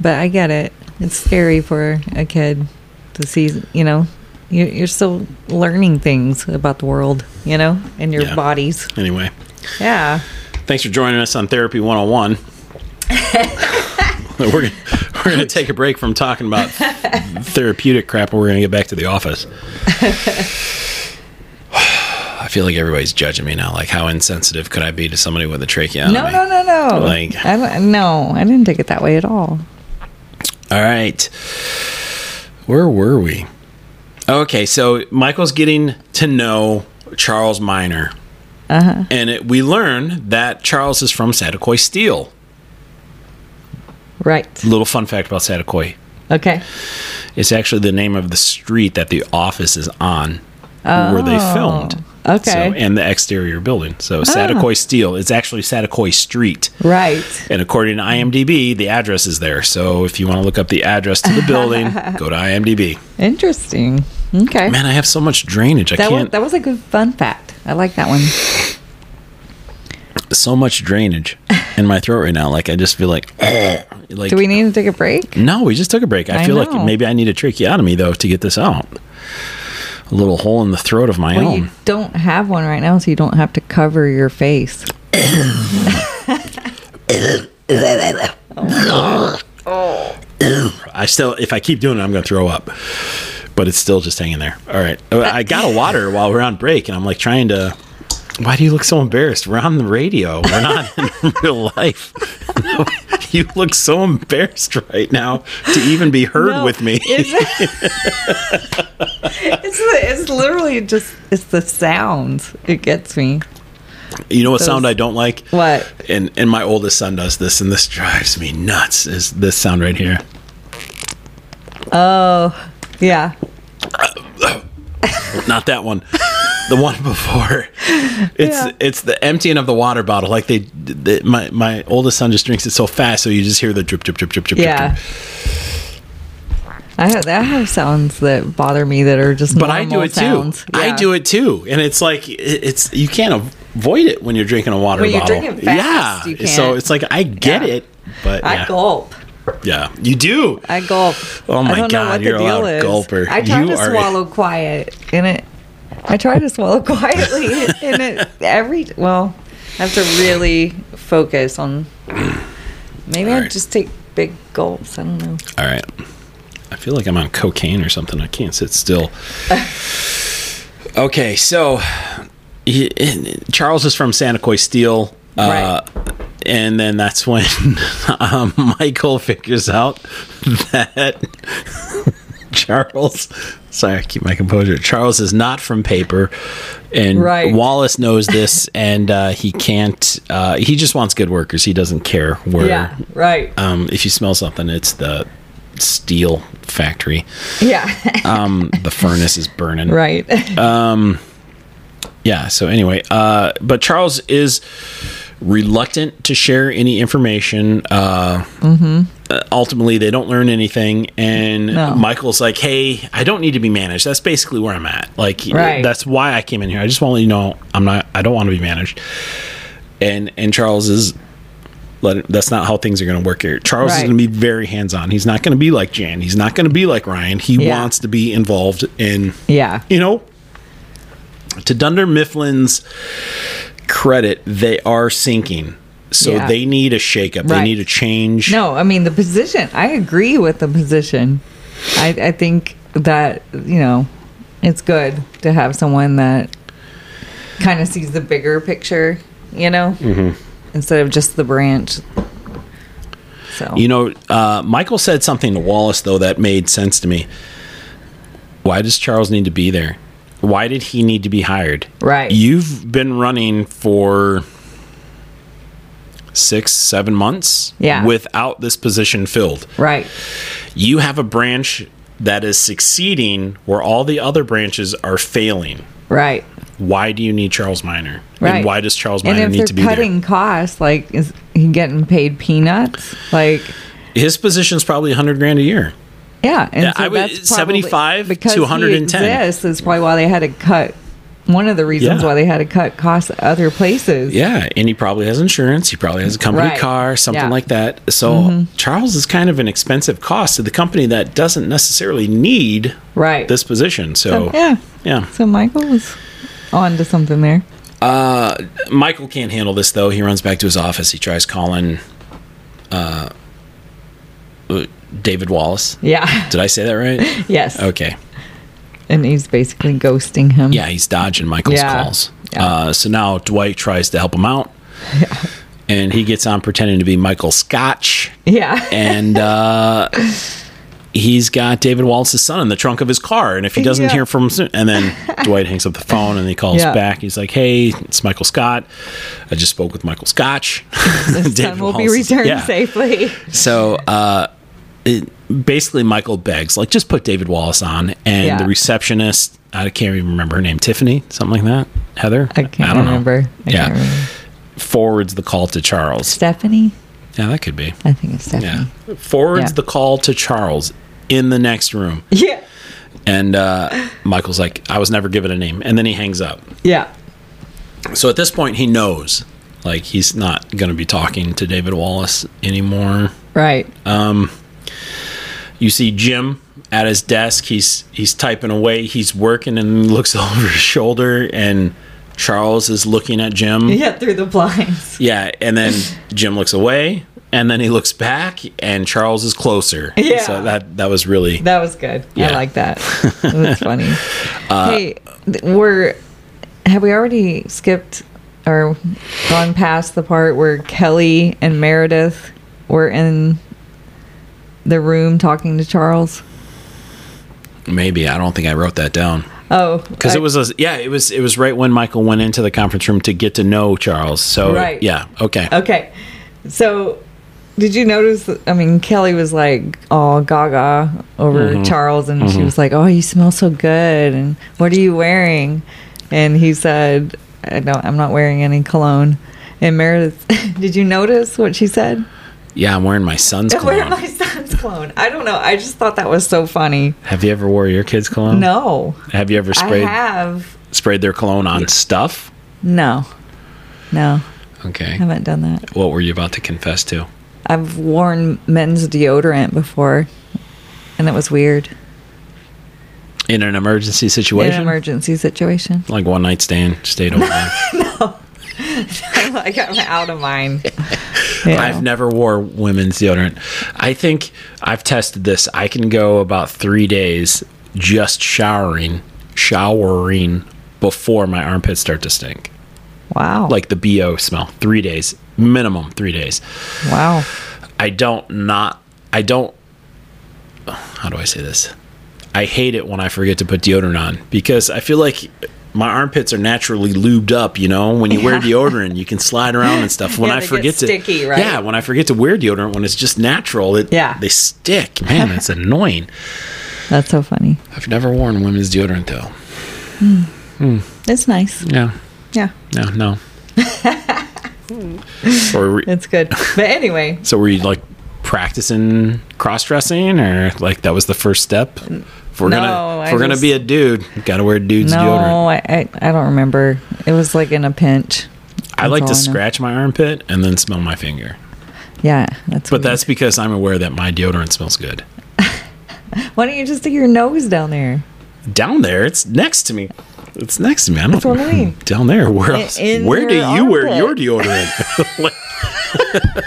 Speaker 10: But I get it. It's scary for a kid to see, you know, you- you're still learning things about the world, you know, and your
Speaker 8: Yeah.
Speaker 10: bodies.
Speaker 8: Anyway,
Speaker 10: Yeah.
Speaker 8: thanks for joining us on Therapy 101. we're gonna, we're going to take a break from talking about therapeutic crap, and we're going to get back to the office. I feel like everybody's judging me now. Like, how insensitive could I be to somebody with a tracheotomy?
Speaker 10: no, no, no, no.
Speaker 8: Like-
Speaker 10: I don't, no, I didn't take it that way at all.
Speaker 8: All right. Where were we? Okay, so Michael's getting to know Charles Minor.
Speaker 10: Uh-huh.
Speaker 8: And it, we learn that Charles is from Satakoy Steel.
Speaker 10: Right.
Speaker 8: Little fun fact about Satakoy.
Speaker 10: Okay.
Speaker 8: It's actually the name of the street that the office is on where they
Speaker 10: Oh,
Speaker 8: filmed.
Speaker 10: okay.
Speaker 8: So, and the exterior building. So
Speaker 10: Ah.
Speaker 8: Satakoy Steel. It's actually Satakoy Street.
Speaker 10: Right.
Speaker 8: And according to IMDb, the address is there. So if you want to look up the address to the building, go to IMDb.
Speaker 10: Interesting. Okay.
Speaker 8: Man, I have so much drainage. I
Speaker 10: that, was,
Speaker 8: can't.
Speaker 10: that was a good fun fact. I like that one.
Speaker 8: so much drainage in my throat right now. Like I just feel like, like.
Speaker 10: Do we need to take a break?
Speaker 8: no, we just took a break. I,
Speaker 10: I
Speaker 8: feel like
Speaker 10: know.
Speaker 8: maybe I need a tracheotomy though to get this out. A little hole in the throat of my
Speaker 10: well,
Speaker 8: own.
Speaker 10: you don't have one right now, so you don't have to cover your face.
Speaker 8: I still, if I keep doing it, I'm going to throw up. But it's still just hanging there. All right, Uh, I got a water while we're on break, and I'm like trying to. Why do you look so embarrassed? We're on the radio. We're not in real life. you look so embarrassed right now to even be heard
Speaker 10: No,
Speaker 8: with me.
Speaker 10: it's it's literally just it's the sounds. It gets me.
Speaker 8: You know what
Speaker 10: Those-
Speaker 8: sound I don't like?
Speaker 10: What?
Speaker 8: And and my oldest son does this, and this drives me nuts. Is this sound right here?
Speaker 10: Oh, yeah.
Speaker 8: Not that one. The one before. It's
Speaker 10: Yeah.
Speaker 8: it's the emptying of the water bottle. Like they, they my my oldest son just drinks it so fast, so you just hear the drip drip drip drip drip. drip,
Speaker 10: Yeah. I have, I have sounds that bother me that are just
Speaker 8: But I do
Speaker 10: normal
Speaker 8: it too.
Speaker 10: sounds.
Speaker 8: I
Speaker 10: Yeah.
Speaker 8: do it too, and it's like it- it's you can't avoid it when you're drinking a water
Speaker 10: When you
Speaker 8: bottle.
Speaker 10: drink it fast,
Speaker 8: yeah.
Speaker 10: you
Speaker 8: So
Speaker 10: can't.
Speaker 8: it's like I get it, but
Speaker 10: I
Speaker 8: yeah.
Speaker 10: gulp.
Speaker 8: Yeah, you do.
Speaker 10: I gulp.
Speaker 8: Oh my
Speaker 10: I don't
Speaker 8: God,
Speaker 10: know what
Speaker 8: you're a
Speaker 10: the deal
Speaker 8: loud
Speaker 10: is.
Speaker 8: gulper.
Speaker 10: I try
Speaker 8: You
Speaker 10: to
Speaker 8: are a-
Speaker 10: swallow quiet, and it. I try to swallow quietly, and it every well, I have to really focus on. Maybe I just take big gulps. I don't know.
Speaker 8: All right. I feel like I'm on cocaine or something. I can't sit still. okay, so he, Charles is from Santa Coy Steel. Uh, And then that's when um, Michael figures out that Charles, sorry, I keep my composure. Charles is not from paper. And
Speaker 10: Right.
Speaker 8: Wallace knows this, and uh, he can't, uh, he just wants good workers. He doesn't care where.
Speaker 10: Yeah, right.
Speaker 8: Um, if you smell something, it's the steel factory.
Speaker 10: Yeah.
Speaker 8: Um, the furnace is burning.
Speaker 10: Right.
Speaker 8: Um, yeah. So anyway, uh, but Charles is reluctant to share any information. Uh,
Speaker 10: Mm-hmm.
Speaker 8: uh, ultimately, they don't learn anything, and
Speaker 10: No.
Speaker 8: Michael's like, "Hey, I don't need to be managed. That's basically where I'm at. Like,
Speaker 10: Right.
Speaker 8: that's why I came in here. I just want to let you know I'm not. I don't want to be managed." And and Charles is. Let, that's not how things are going to work here. Charles is
Speaker 15: Right.
Speaker 8: going to be very hands on. He's not going to be like Jan. He's not going to be like Ryan. He
Speaker 15: Yeah.
Speaker 8: wants to be involved in
Speaker 10: Yeah.
Speaker 8: you know, to Dunder Mifflin's credit, they are sinking. So
Speaker 10: Yeah.
Speaker 8: they need a shakeup. They
Speaker 10: Right.
Speaker 8: need a change.
Speaker 10: No, I mean the position. I agree with the position. I, I think that you know, it's good to have someone that kind of sees the bigger picture. You know,
Speaker 8: Mm-hmm.
Speaker 10: instead of just the branch. So
Speaker 8: You know, uh, Michael said something to Wallace, though, that made sense to me. Why does Charles need to be there? Why did he need to be hired?
Speaker 10: Right.
Speaker 8: You've been running for six, seven months
Speaker 10: Yeah.
Speaker 8: without this position filled.
Speaker 10: Right.
Speaker 8: You have a branch that is succeeding where all the other branches are failing.
Speaker 10: right,
Speaker 8: Why do you need Charles Minor?
Speaker 10: Right.
Speaker 8: And why does Charles
Speaker 10: and
Speaker 8: Minor
Speaker 10: if
Speaker 8: need
Speaker 10: they're
Speaker 8: to be
Speaker 10: cutting costs, like is he getting paid peanuts? Like
Speaker 8: there? His position's probably 100 grand a year.
Speaker 10: yeah, and
Speaker 8: Yeah,
Speaker 10: so
Speaker 8: I would-
Speaker 10: that's probably-
Speaker 8: 75 to
Speaker 10: because
Speaker 8: 110.
Speaker 10: He exists is probably why they had to cut. One of the reasons
Speaker 8: Yeah.
Speaker 10: why they had to cut costs at other places.
Speaker 8: Yeah, and he probably has insurance. He probably has a company
Speaker 10: Right.
Speaker 8: car, something
Speaker 10: Yeah.
Speaker 8: like that. So
Speaker 10: Mhm.
Speaker 8: Charles is kind of an expensive cost to the company that doesn't necessarily need
Speaker 10: right
Speaker 8: this position. So,
Speaker 10: yeah,
Speaker 8: yeah.
Speaker 10: So Michael was on to something there.
Speaker 8: Uh, Michael can't handle this though. He runs back to his office. He tries calling uh, uh, David Wallace.
Speaker 10: Yeah.
Speaker 8: Did I say that right?
Speaker 10: Yes.
Speaker 8: Okay.
Speaker 10: And he's basically ghosting him.
Speaker 8: Yeah, he's dodging Michael's
Speaker 10: Yeah.
Speaker 8: calls. Uh, so now Dwight tries to help him out. And he gets on pretending to be Michael Scotch.
Speaker 10: Yeah.
Speaker 8: And uh, he's got David Wallace's son in the trunk of his car. And if he doesn't
Speaker 15: Yeah.
Speaker 8: hear from him soon, and then Dwight hangs up the phone and he calls
Speaker 15: Yeah.
Speaker 8: back. He's like, hey, it's Michael Scott. I just spoke with Michael Scotch.
Speaker 10: His son will be returned safely.
Speaker 8: So uh, it, basically, Michael begs, like, just put David Wallace on, and
Speaker 10: Yeah.
Speaker 8: the receptionist, I can't even remember her name, Tiffany, something like that, Heather. I can't
Speaker 10: remember. I
Speaker 8: yeah,
Speaker 10: can't remember.
Speaker 8: forwards the call to Charles.
Speaker 10: Stephanie.
Speaker 8: yeah, that could be.
Speaker 10: I think it's Stephanie.
Speaker 8: Yeah, forwards
Speaker 10: Yeah.
Speaker 8: the call to Charles in the next room,
Speaker 10: Yeah.
Speaker 8: and uh, Michael's like, I was never given a name, and then he hangs up.
Speaker 10: Yeah.
Speaker 8: So at this point, he knows, like, he's not going to be talking to David Wallace anymore.
Speaker 10: Right.
Speaker 8: Um, you see Jim at his desk. He's he's typing away. He's working and looks over his shoulder, and Charles is looking at Jim.
Speaker 10: Yeah, through the blinds.
Speaker 8: Yeah, and then Jim looks away, and then he looks back, and Charles is closer.
Speaker 10: Yeah.
Speaker 8: So that that was really
Speaker 10: That was good.
Speaker 8: Yeah.
Speaker 10: I like that. That's funny.
Speaker 8: Uh,
Speaker 10: hey, th- we're have we already skipped or gone past the part where Kelly and Meredith were in the room talking to Charles?
Speaker 8: maybe I don't think I wrote that down
Speaker 10: Oh,
Speaker 8: because
Speaker 10: I-
Speaker 8: it was a, yeah it was it was right when Michael went into the conference room to get to know Charles. So
Speaker 10: Right.
Speaker 8: yeah okay
Speaker 10: Okay. So, did you notice? I mean, Kelly was like all gaga over
Speaker 8: Mhm.
Speaker 10: Charles, and she
Speaker 8: Mhm.
Speaker 10: was like, "Oh, you smell so good," and "What are you wearing?" And he said, "I don't. I'm not wearing any cologne." And Meredith, did you notice what she said?
Speaker 8: yeah I'm wearing my son's
Speaker 10: "I wear
Speaker 8: cologne.
Speaker 10: my son's cologne. I don't know. I just thought that was so funny.
Speaker 8: Have you ever wore your kid's cologne?
Speaker 10: No,
Speaker 8: Have you ever
Speaker 10: I
Speaker 8: sprayed
Speaker 10: have
Speaker 8: sprayed their cologne on stuff?
Speaker 10: no, no. I
Speaker 8: Okay.
Speaker 10: haven't done that.
Speaker 8: What were you about to confess to?
Speaker 10: I've worn men's deodorant before, and it was weird.
Speaker 8: In an emergency
Speaker 10: In
Speaker 8: situation?
Speaker 10: an emergency situation.
Speaker 8: like one night stand, stayed overnight.
Speaker 10: I got out of mine.
Speaker 8: I've never wore women's deodorant. I think I've tested this. I can go about three days just showering, showering before my armpits start to stink.
Speaker 10: Wow.
Speaker 8: Like the BO smell. Three days, minimum three days.
Speaker 10: Wow.
Speaker 8: I don't not, I don't, how do I say this? I hate it when I forget to put deodorant on because I feel like my armpits are naturally lubed up, you know. When you wear deodorant, you can slide around and stuff. When
Speaker 10: Yeah,
Speaker 8: I
Speaker 10: they get
Speaker 8: forget to
Speaker 10: sticky, right?
Speaker 8: Yeah, when I forget to wear deodorant when it's just natural, it
Speaker 10: Yeah.
Speaker 8: they stick. Man, it's annoying.
Speaker 10: That's so funny.
Speaker 8: I've never worn women's deodorant though.
Speaker 10: Hmm.
Speaker 8: Hmm.
Speaker 10: It's nice.
Speaker 8: Yeah.
Speaker 10: Yeah.
Speaker 8: No, no. or were-
Speaker 10: It's good. But anyway,
Speaker 8: so were you like practicing cross dressing or like that was the first step? If we're
Speaker 10: No,
Speaker 8: gonna if
Speaker 10: I
Speaker 8: we're gonna
Speaker 10: just-
Speaker 8: be a dude, you gotta wear dude's deodorant.
Speaker 10: no, I, I, I don't remember. It was like in a pinch.
Speaker 8: I like to
Speaker 10: That's all know.
Speaker 8: scratch my armpit and then smell my finger.
Speaker 10: Yeah, that's.
Speaker 8: But that's because I'm aware that my deodorant smells good.
Speaker 10: Why don't you just stick your nose down there?
Speaker 8: Down there, it's next to me. It's next to me. I don't
Speaker 10: That's what I mean.
Speaker 8: Down there, where
Speaker 10: In-
Speaker 8: else?
Speaker 10: in
Speaker 8: where do
Speaker 10: her
Speaker 8: you wear your
Speaker 10: armpit.
Speaker 8: deodorant? Like,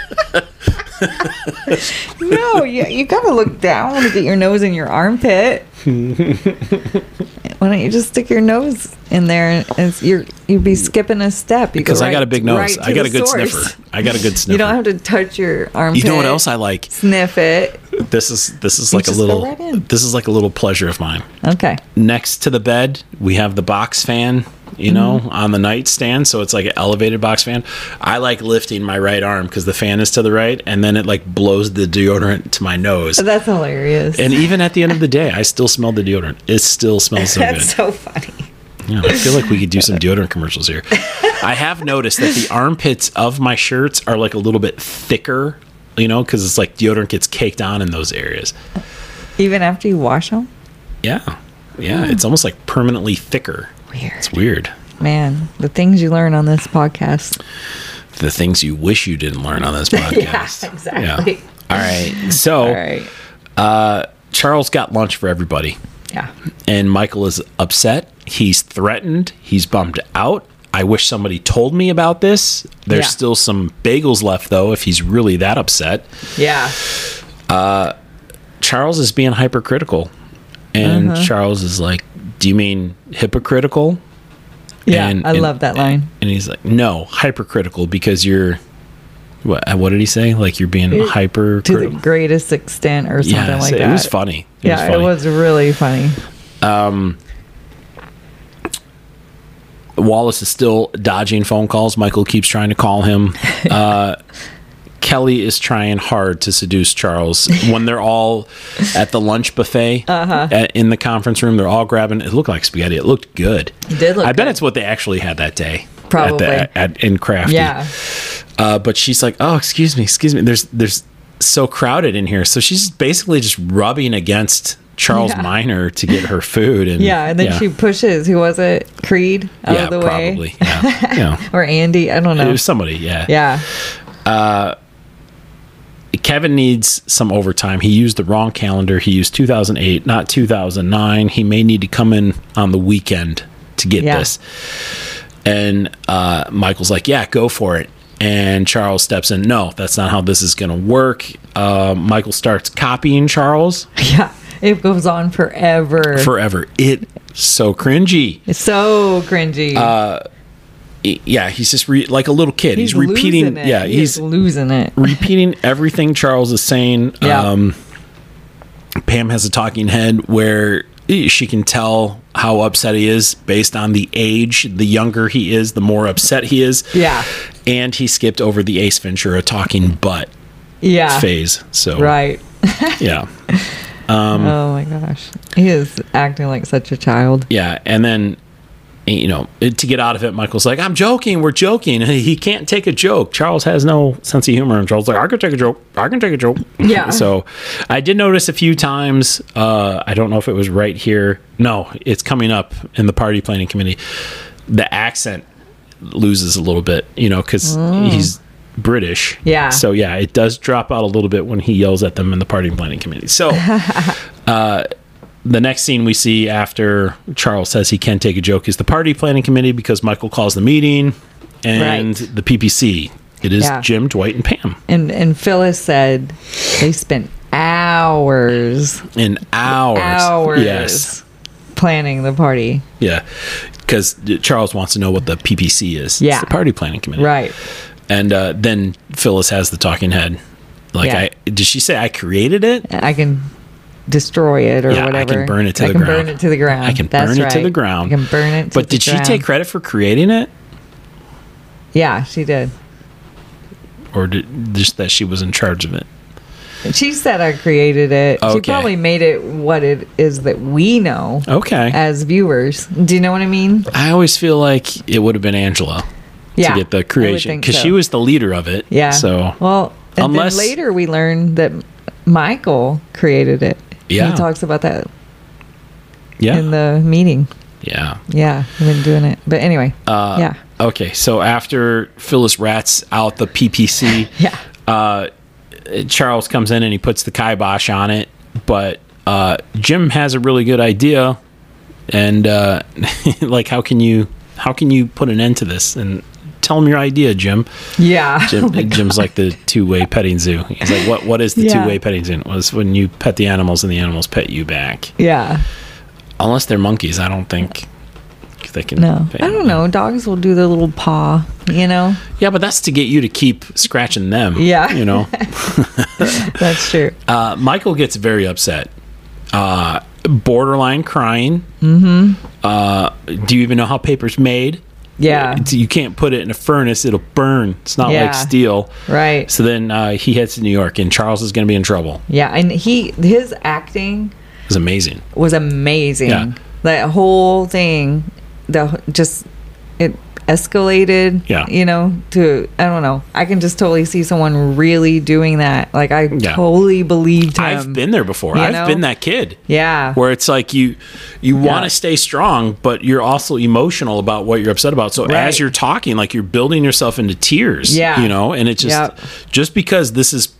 Speaker 10: No, you you gotta look down to get your nose in your armpit. Why don't you just stick your nose in there and it's, you're you'd be skipping a step? You go
Speaker 8: because I got
Speaker 10: right-
Speaker 8: a big nose.
Speaker 10: right
Speaker 8: I
Speaker 10: to
Speaker 8: got
Speaker 10: the
Speaker 8: a good
Speaker 10: source.
Speaker 8: sniffer. I got a good sniffer.
Speaker 10: You don't have to touch your armpit.
Speaker 8: You know what else I like?
Speaker 10: Sniff it.
Speaker 8: This is this is
Speaker 10: You
Speaker 8: like a
Speaker 10: just go
Speaker 8: little
Speaker 10: right in.
Speaker 8: this is like a little pleasure of mine.
Speaker 10: Okay.
Speaker 8: Next to the bed, we have the box fan, you know, on the nightstand, so it's like an elevated box fan. I like lifting my right arm because the fan is to the right, and then it like blows the deodorant to my nose.
Speaker 10: That's hilarious.
Speaker 8: And even at the end of the day, I still smell the deodorant. It still smells so
Speaker 10: That's
Speaker 8: good.
Speaker 10: so funny.
Speaker 8: Yeah, I feel like we could do some deodorant commercials here. I have noticed that the armpits of my shirts are like a little bit thicker, you know, because it's like deodorant gets caked on in those areas.
Speaker 10: Even after you wash them,
Speaker 8: Yeah. Yeah. It's almost like permanently thicker.
Speaker 10: Weird.
Speaker 8: It's weird.
Speaker 10: man, the things you learn on this podcast.
Speaker 8: The things you wish you didn't learn on this podcast. Oh.
Speaker 10: yeah, exactly.
Speaker 8: All right. So, Uh, Charles got lunch for everybody.
Speaker 10: Yeah.
Speaker 8: And Michael is upset. He's threatened. He's bummed out. I wish somebody told me about this. There's
Speaker 10: Yeah.
Speaker 8: still some bagels left, though, if he's really that upset.
Speaker 10: Yeah.
Speaker 8: Uh, Charles is being hypercritical. And
Speaker 10: Uh-huh.
Speaker 8: Charles is like, Do you mean hypocritical?
Speaker 10: Yeah,
Speaker 8: And-
Speaker 10: I
Speaker 8: and-
Speaker 10: love that line.
Speaker 8: And he's like, No, hypercritical because you're. What, what did he say? Like you're being
Speaker 10: You're-
Speaker 8: hypercritical.
Speaker 10: To the greatest extent, or something
Speaker 8: Yes,
Speaker 10: like
Speaker 8: it
Speaker 10: that.
Speaker 8: was funny. It was
Speaker 10: yeah,
Speaker 8: funny.
Speaker 10: it was really funny.
Speaker 8: Um, Wallace is still dodging phone calls. Michael keeps trying to call him. Uh, Kelly is trying hard to seduce Charles when they're all at the lunch buffet
Speaker 10: Uh-huh.
Speaker 8: at- in the conference room. They're all grabbing. It looked like spaghetti. It looked good.
Speaker 10: It did look
Speaker 8: I bet it's what they actually had that day. at the-
Speaker 10: Probably.
Speaker 8: at, in crafty.
Speaker 10: Yeah.
Speaker 8: Uh, but she's like, "Oh, excuse me, excuse me." There's there's so crowded in here. So she's basically just rubbing against Charles
Speaker 10: Yeah.
Speaker 8: Minor to get her food. And
Speaker 10: Yeah, and then she pushes. Who was it? Creed out
Speaker 8: yeah,
Speaker 10: of the way,
Speaker 8: probably. Yeah, yeah.
Speaker 10: or Andy? I don't
Speaker 8: It
Speaker 10: know.
Speaker 8: was somebody. Yeah,
Speaker 10: Yeah.
Speaker 8: Uh, Kevin needs some overtime. He used the wrong calendar. He used 2008, not 2009. He may need to come in on the weekend to get
Speaker 10: Yeah.
Speaker 8: this. And uh, Michael's like, yeah, go for it. And Charles steps in. No, that's not how this is going to work. Uh, Michael starts copying Charles
Speaker 10: Yeah. It goes on forever.
Speaker 8: forever. It so cringy.
Speaker 10: It's so cringy.
Speaker 8: Uh, y- yeah, he's just re- like a little kid. He's,
Speaker 10: losing
Speaker 8: repeating.
Speaker 10: it.
Speaker 8: Yeah,
Speaker 10: He
Speaker 8: he's
Speaker 10: is losing it.
Speaker 8: repeating everything Charles is saying.
Speaker 10: Yeah.
Speaker 8: Um, Pam has a talking head where she can tell how upset he is based on the age. The younger he is, the more upset he is.
Speaker 10: Yeah.
Speaker 8: And he skipped over the Ace Ventura talking butt
Speaker 10: Yeah.
Speaker 8: phase. So
Speaker 10: Right.
Speaker 8: Yeah. Um,
Speaker 10: oh my gosh, he is acting like such a child.
Speaker 8: Yeah, and then you know to get out of it, Michael's like, "I'm joking. We're joking." He can't take a joke. Charles has no sense of humor, and Charles is like, "I can take a joke. I can take a joke."
Speaker 10: Yeah.
Speaker 8: so I did notice a few times. Uh, I don't know if it was right here. No, it's coming up in the party planning committee. The accent loses a little bit, you know, because
Speaker 10: Mm.
Speaker 8: he's British.
Speaker 10: Yeah.
Speaker 8: So yeah, it does drop out a little bit when he yells at them in the party planning committee. So. Uh, the next scene we see after Charles says he can take a joke is the party planning committee because Michael calls the meeting and the PPC. It is
Speaker 10: Yeah.
Speaker 8: Jim, Dwight, and Pam.
Speaker 10: And and Phyllis said they spent hours
Speaker 8: In hours.
Speaker 10: Hours.
Speaker 8: Yes.
Speaker 10: planning the party.
Speaker 8: Yeah, because Charles wants to know what the PPC is.
Speaker 10: Yeah.
Speaker 8: it's the Party Planning Committee.
Speaker 10: Right.
Speaker 8: And uh, then Phyllis has the talking head. Like,
Speaker 10: Yeah.
Speaker 8: I did she say I created it?
Speaker 10: I can destroy it or
Speaker 8: Yeah, I
Speaker 10: whatever.
Speaker 8: can burn it to
Speaker 10: I
Speaker 8: the
Speaker 10: can
Speaker 8: ground.
Speaker 10: burn it to the ground.
Speaker 8: I can
Speaker 10: That's
Speaker 8: burn it to
Speaker 10: right.
Speaker 8: the ground.
Speaker 10: I can burn it. To
Speaker 8: But
Speaker 10: the
Speaker 8: did she
Speaker 10: ground.
Speaker 8: take credit for creating it,
Speaker 10: Yeah, she did.
Speaker 8: or did, just that she was in charge of it?
Speaker 10: She said I created it. She
Speaker 8: Okay.
Speaker 10: probably made it what it is that we know.
Speaker 8: Okay.
Speaker 10: As viewers, do you know what I mean?
Speaker 8: I always feel like it would have been Angela
Speaker 10: Yeah,
Speaker 8: to get
Speaker 10: I
Speaker 8: the
Speaker 10: would
Speaker 8: creation
Speaker 10: think
Speaker 8: because
Speaker 10: so.
Speaker 8: she was the leader of it.
Speaker 10: Yeah.
Speaker 8: So
Speaker 10: well, and
Speaker 8: unless
Speaker 10: then later we learned that Michael created it.
Speaker 8: Yeah.
Speaker 10: he talks about that
Speaker 8: yeah,
Speaker 10: in the meeting.
Speaker 8: yeah.
Speaker 10: Yeah, I've been doing it. But anyway,
Speaker 8: Uh,
Speaker 10: yeah,
Speaker 8: Okay, so after Phyllis rats out the PPC,
Speaker 10: yeah,
Speaker 8: uh, Charles comes in and he puts the kibosh on it, but uh, Jim has a really good idea, and uh, like, how can you how can you put an end to this? And tell him your idea, Jim.
Speaker 10: yeah.
Speaker 8: Jim, Jim's like the two way petting zoo. He's like, what what is the
Speaker 10: Yeah.
Speaker 8: two way petting zoo? Well, it's when you pet the animals and the animals pet you back,
Speaker 10: yeah.
Speaker 8: unless they're monkeys. I don't think they can.
Speaker 10: No,
Speaker 8: pet
Speaker 10: I don't know. Dogs will do their little paw, you know.
Speaker 8: Yeah, but that's to get you to keep scratching them.
Speaker 10: Yeah.
Speaker 8: You know?
Speaker 10: that's true.
Speaker 8: Uh, Michael gets very upset, uh, borderline crying.
Speaker 10: Mm-hmm.
Speaker 8: Uh, do you even know how paper's made?
Speaker 10: Yeah.
Speaker 8: It's- you can't put it in a furnace, it'll burn. It's not
Speaker 10: Yeah.
Speaker 8: like steel.
Speaker 10: Right.
Speaker 8: So then uh, he heads to New York, and Charles is going to be in trouble.
Speaker 10: Yeah, and he his acting
Speaker 8: It's amazing.
Speaker 10: was amazing.
Speaker 8: Yeah.
Speaker 10: That whole thing, the just it escalated.
Speaker 8: Yeah.
Speaker 10: you know, to I don't know. I can just totally see someone really doing that. Like I totally believed him.
Speaker 8: I've been there before.
Speaker 10: Um, you
Speaker 8: I've
Speaker 10: know?
Speaker 8: been that kid.
Speaker 10: Yeah.
Speaker 8: Where it's like you you want to stay strong, but you're also emotional about what you're upset about. So as
Speaker 10: Right.
Speaker 8: you're talking, like you're building yourself into tears.
Speaker 10: Yeah.
Speaker 8: You know, and it just
Speaker 10: Yep.
Speaker 8: just because this is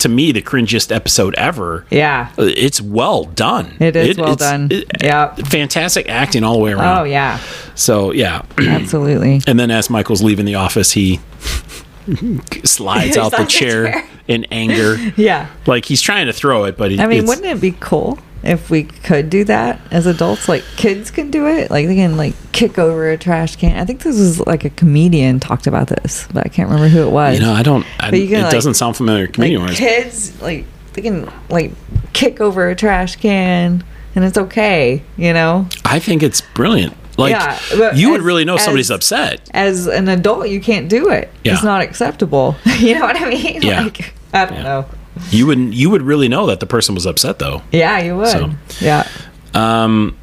Speaker 8: to me the cringiest episode ever.
Speaker 10: Yeah.
Speaker 8: uh, It's well done.
Speaker 10: It is well
Speaker 8: it's-
Speaker 10: done.
Speaker 8: it-
Speaker 10: yeah.
Speaker 8: Fantastic acting all the way around.
Speaker 10: Oh yeah.
Speaker 8: So yeah.
Speaker 10: Absolutely.
Speaker 8: And then as Michael's leaving the office, he slides
Speaker 10: He's
Speaker 8: out the
Speaker 10: on the
Speaker 8: chair,
Speaker 10: chair.
Speaker 8: in anger.
Speaker 10: Yeah.
Speaker 8: Like he's trying to throw it, but he,
Speaker 10: I mean,
Speaker 8: it's-
Speaker 10: wouldn't it be cool if we could do that as adults? Like kids can do it. Like they can like kick over a trash can. I think this was like a comedian talked about this, but I can't remember who it was.
Speaker 8: You know, I don't. I,
Speaker 10: But you can,
Speaker 8: it
Speaker 10: like-
Speaker 8: doesn't sound familiar. Comedian
Speaker 10: like
Speaker 8: wise.
Speaker 10: kids like they can like kick over a trash can and it's okay, you know?
Speaker 8: I think it's brilliant. Like
Speaker 10: Yeah, but
Speaker 8: you would
Speaker 10: as-
Speaker 8: really know if somebody's
Speaker 10: as-
Speaker 8: upset.
Speaker 10: As an adult you can't do it.
Speaker 8: Yeah.
Speaker 10: It's not acceptable. you know what I mean?
Speaker 8: Yeah.
Speaker 10: Like I don't know.
Speaker 8: You would not you would really know that the person was upset though.
Speaker 10: Yeah, you would.
Speaker 8: So-
Speaker 10: Yeah.
Speaker 8: Um.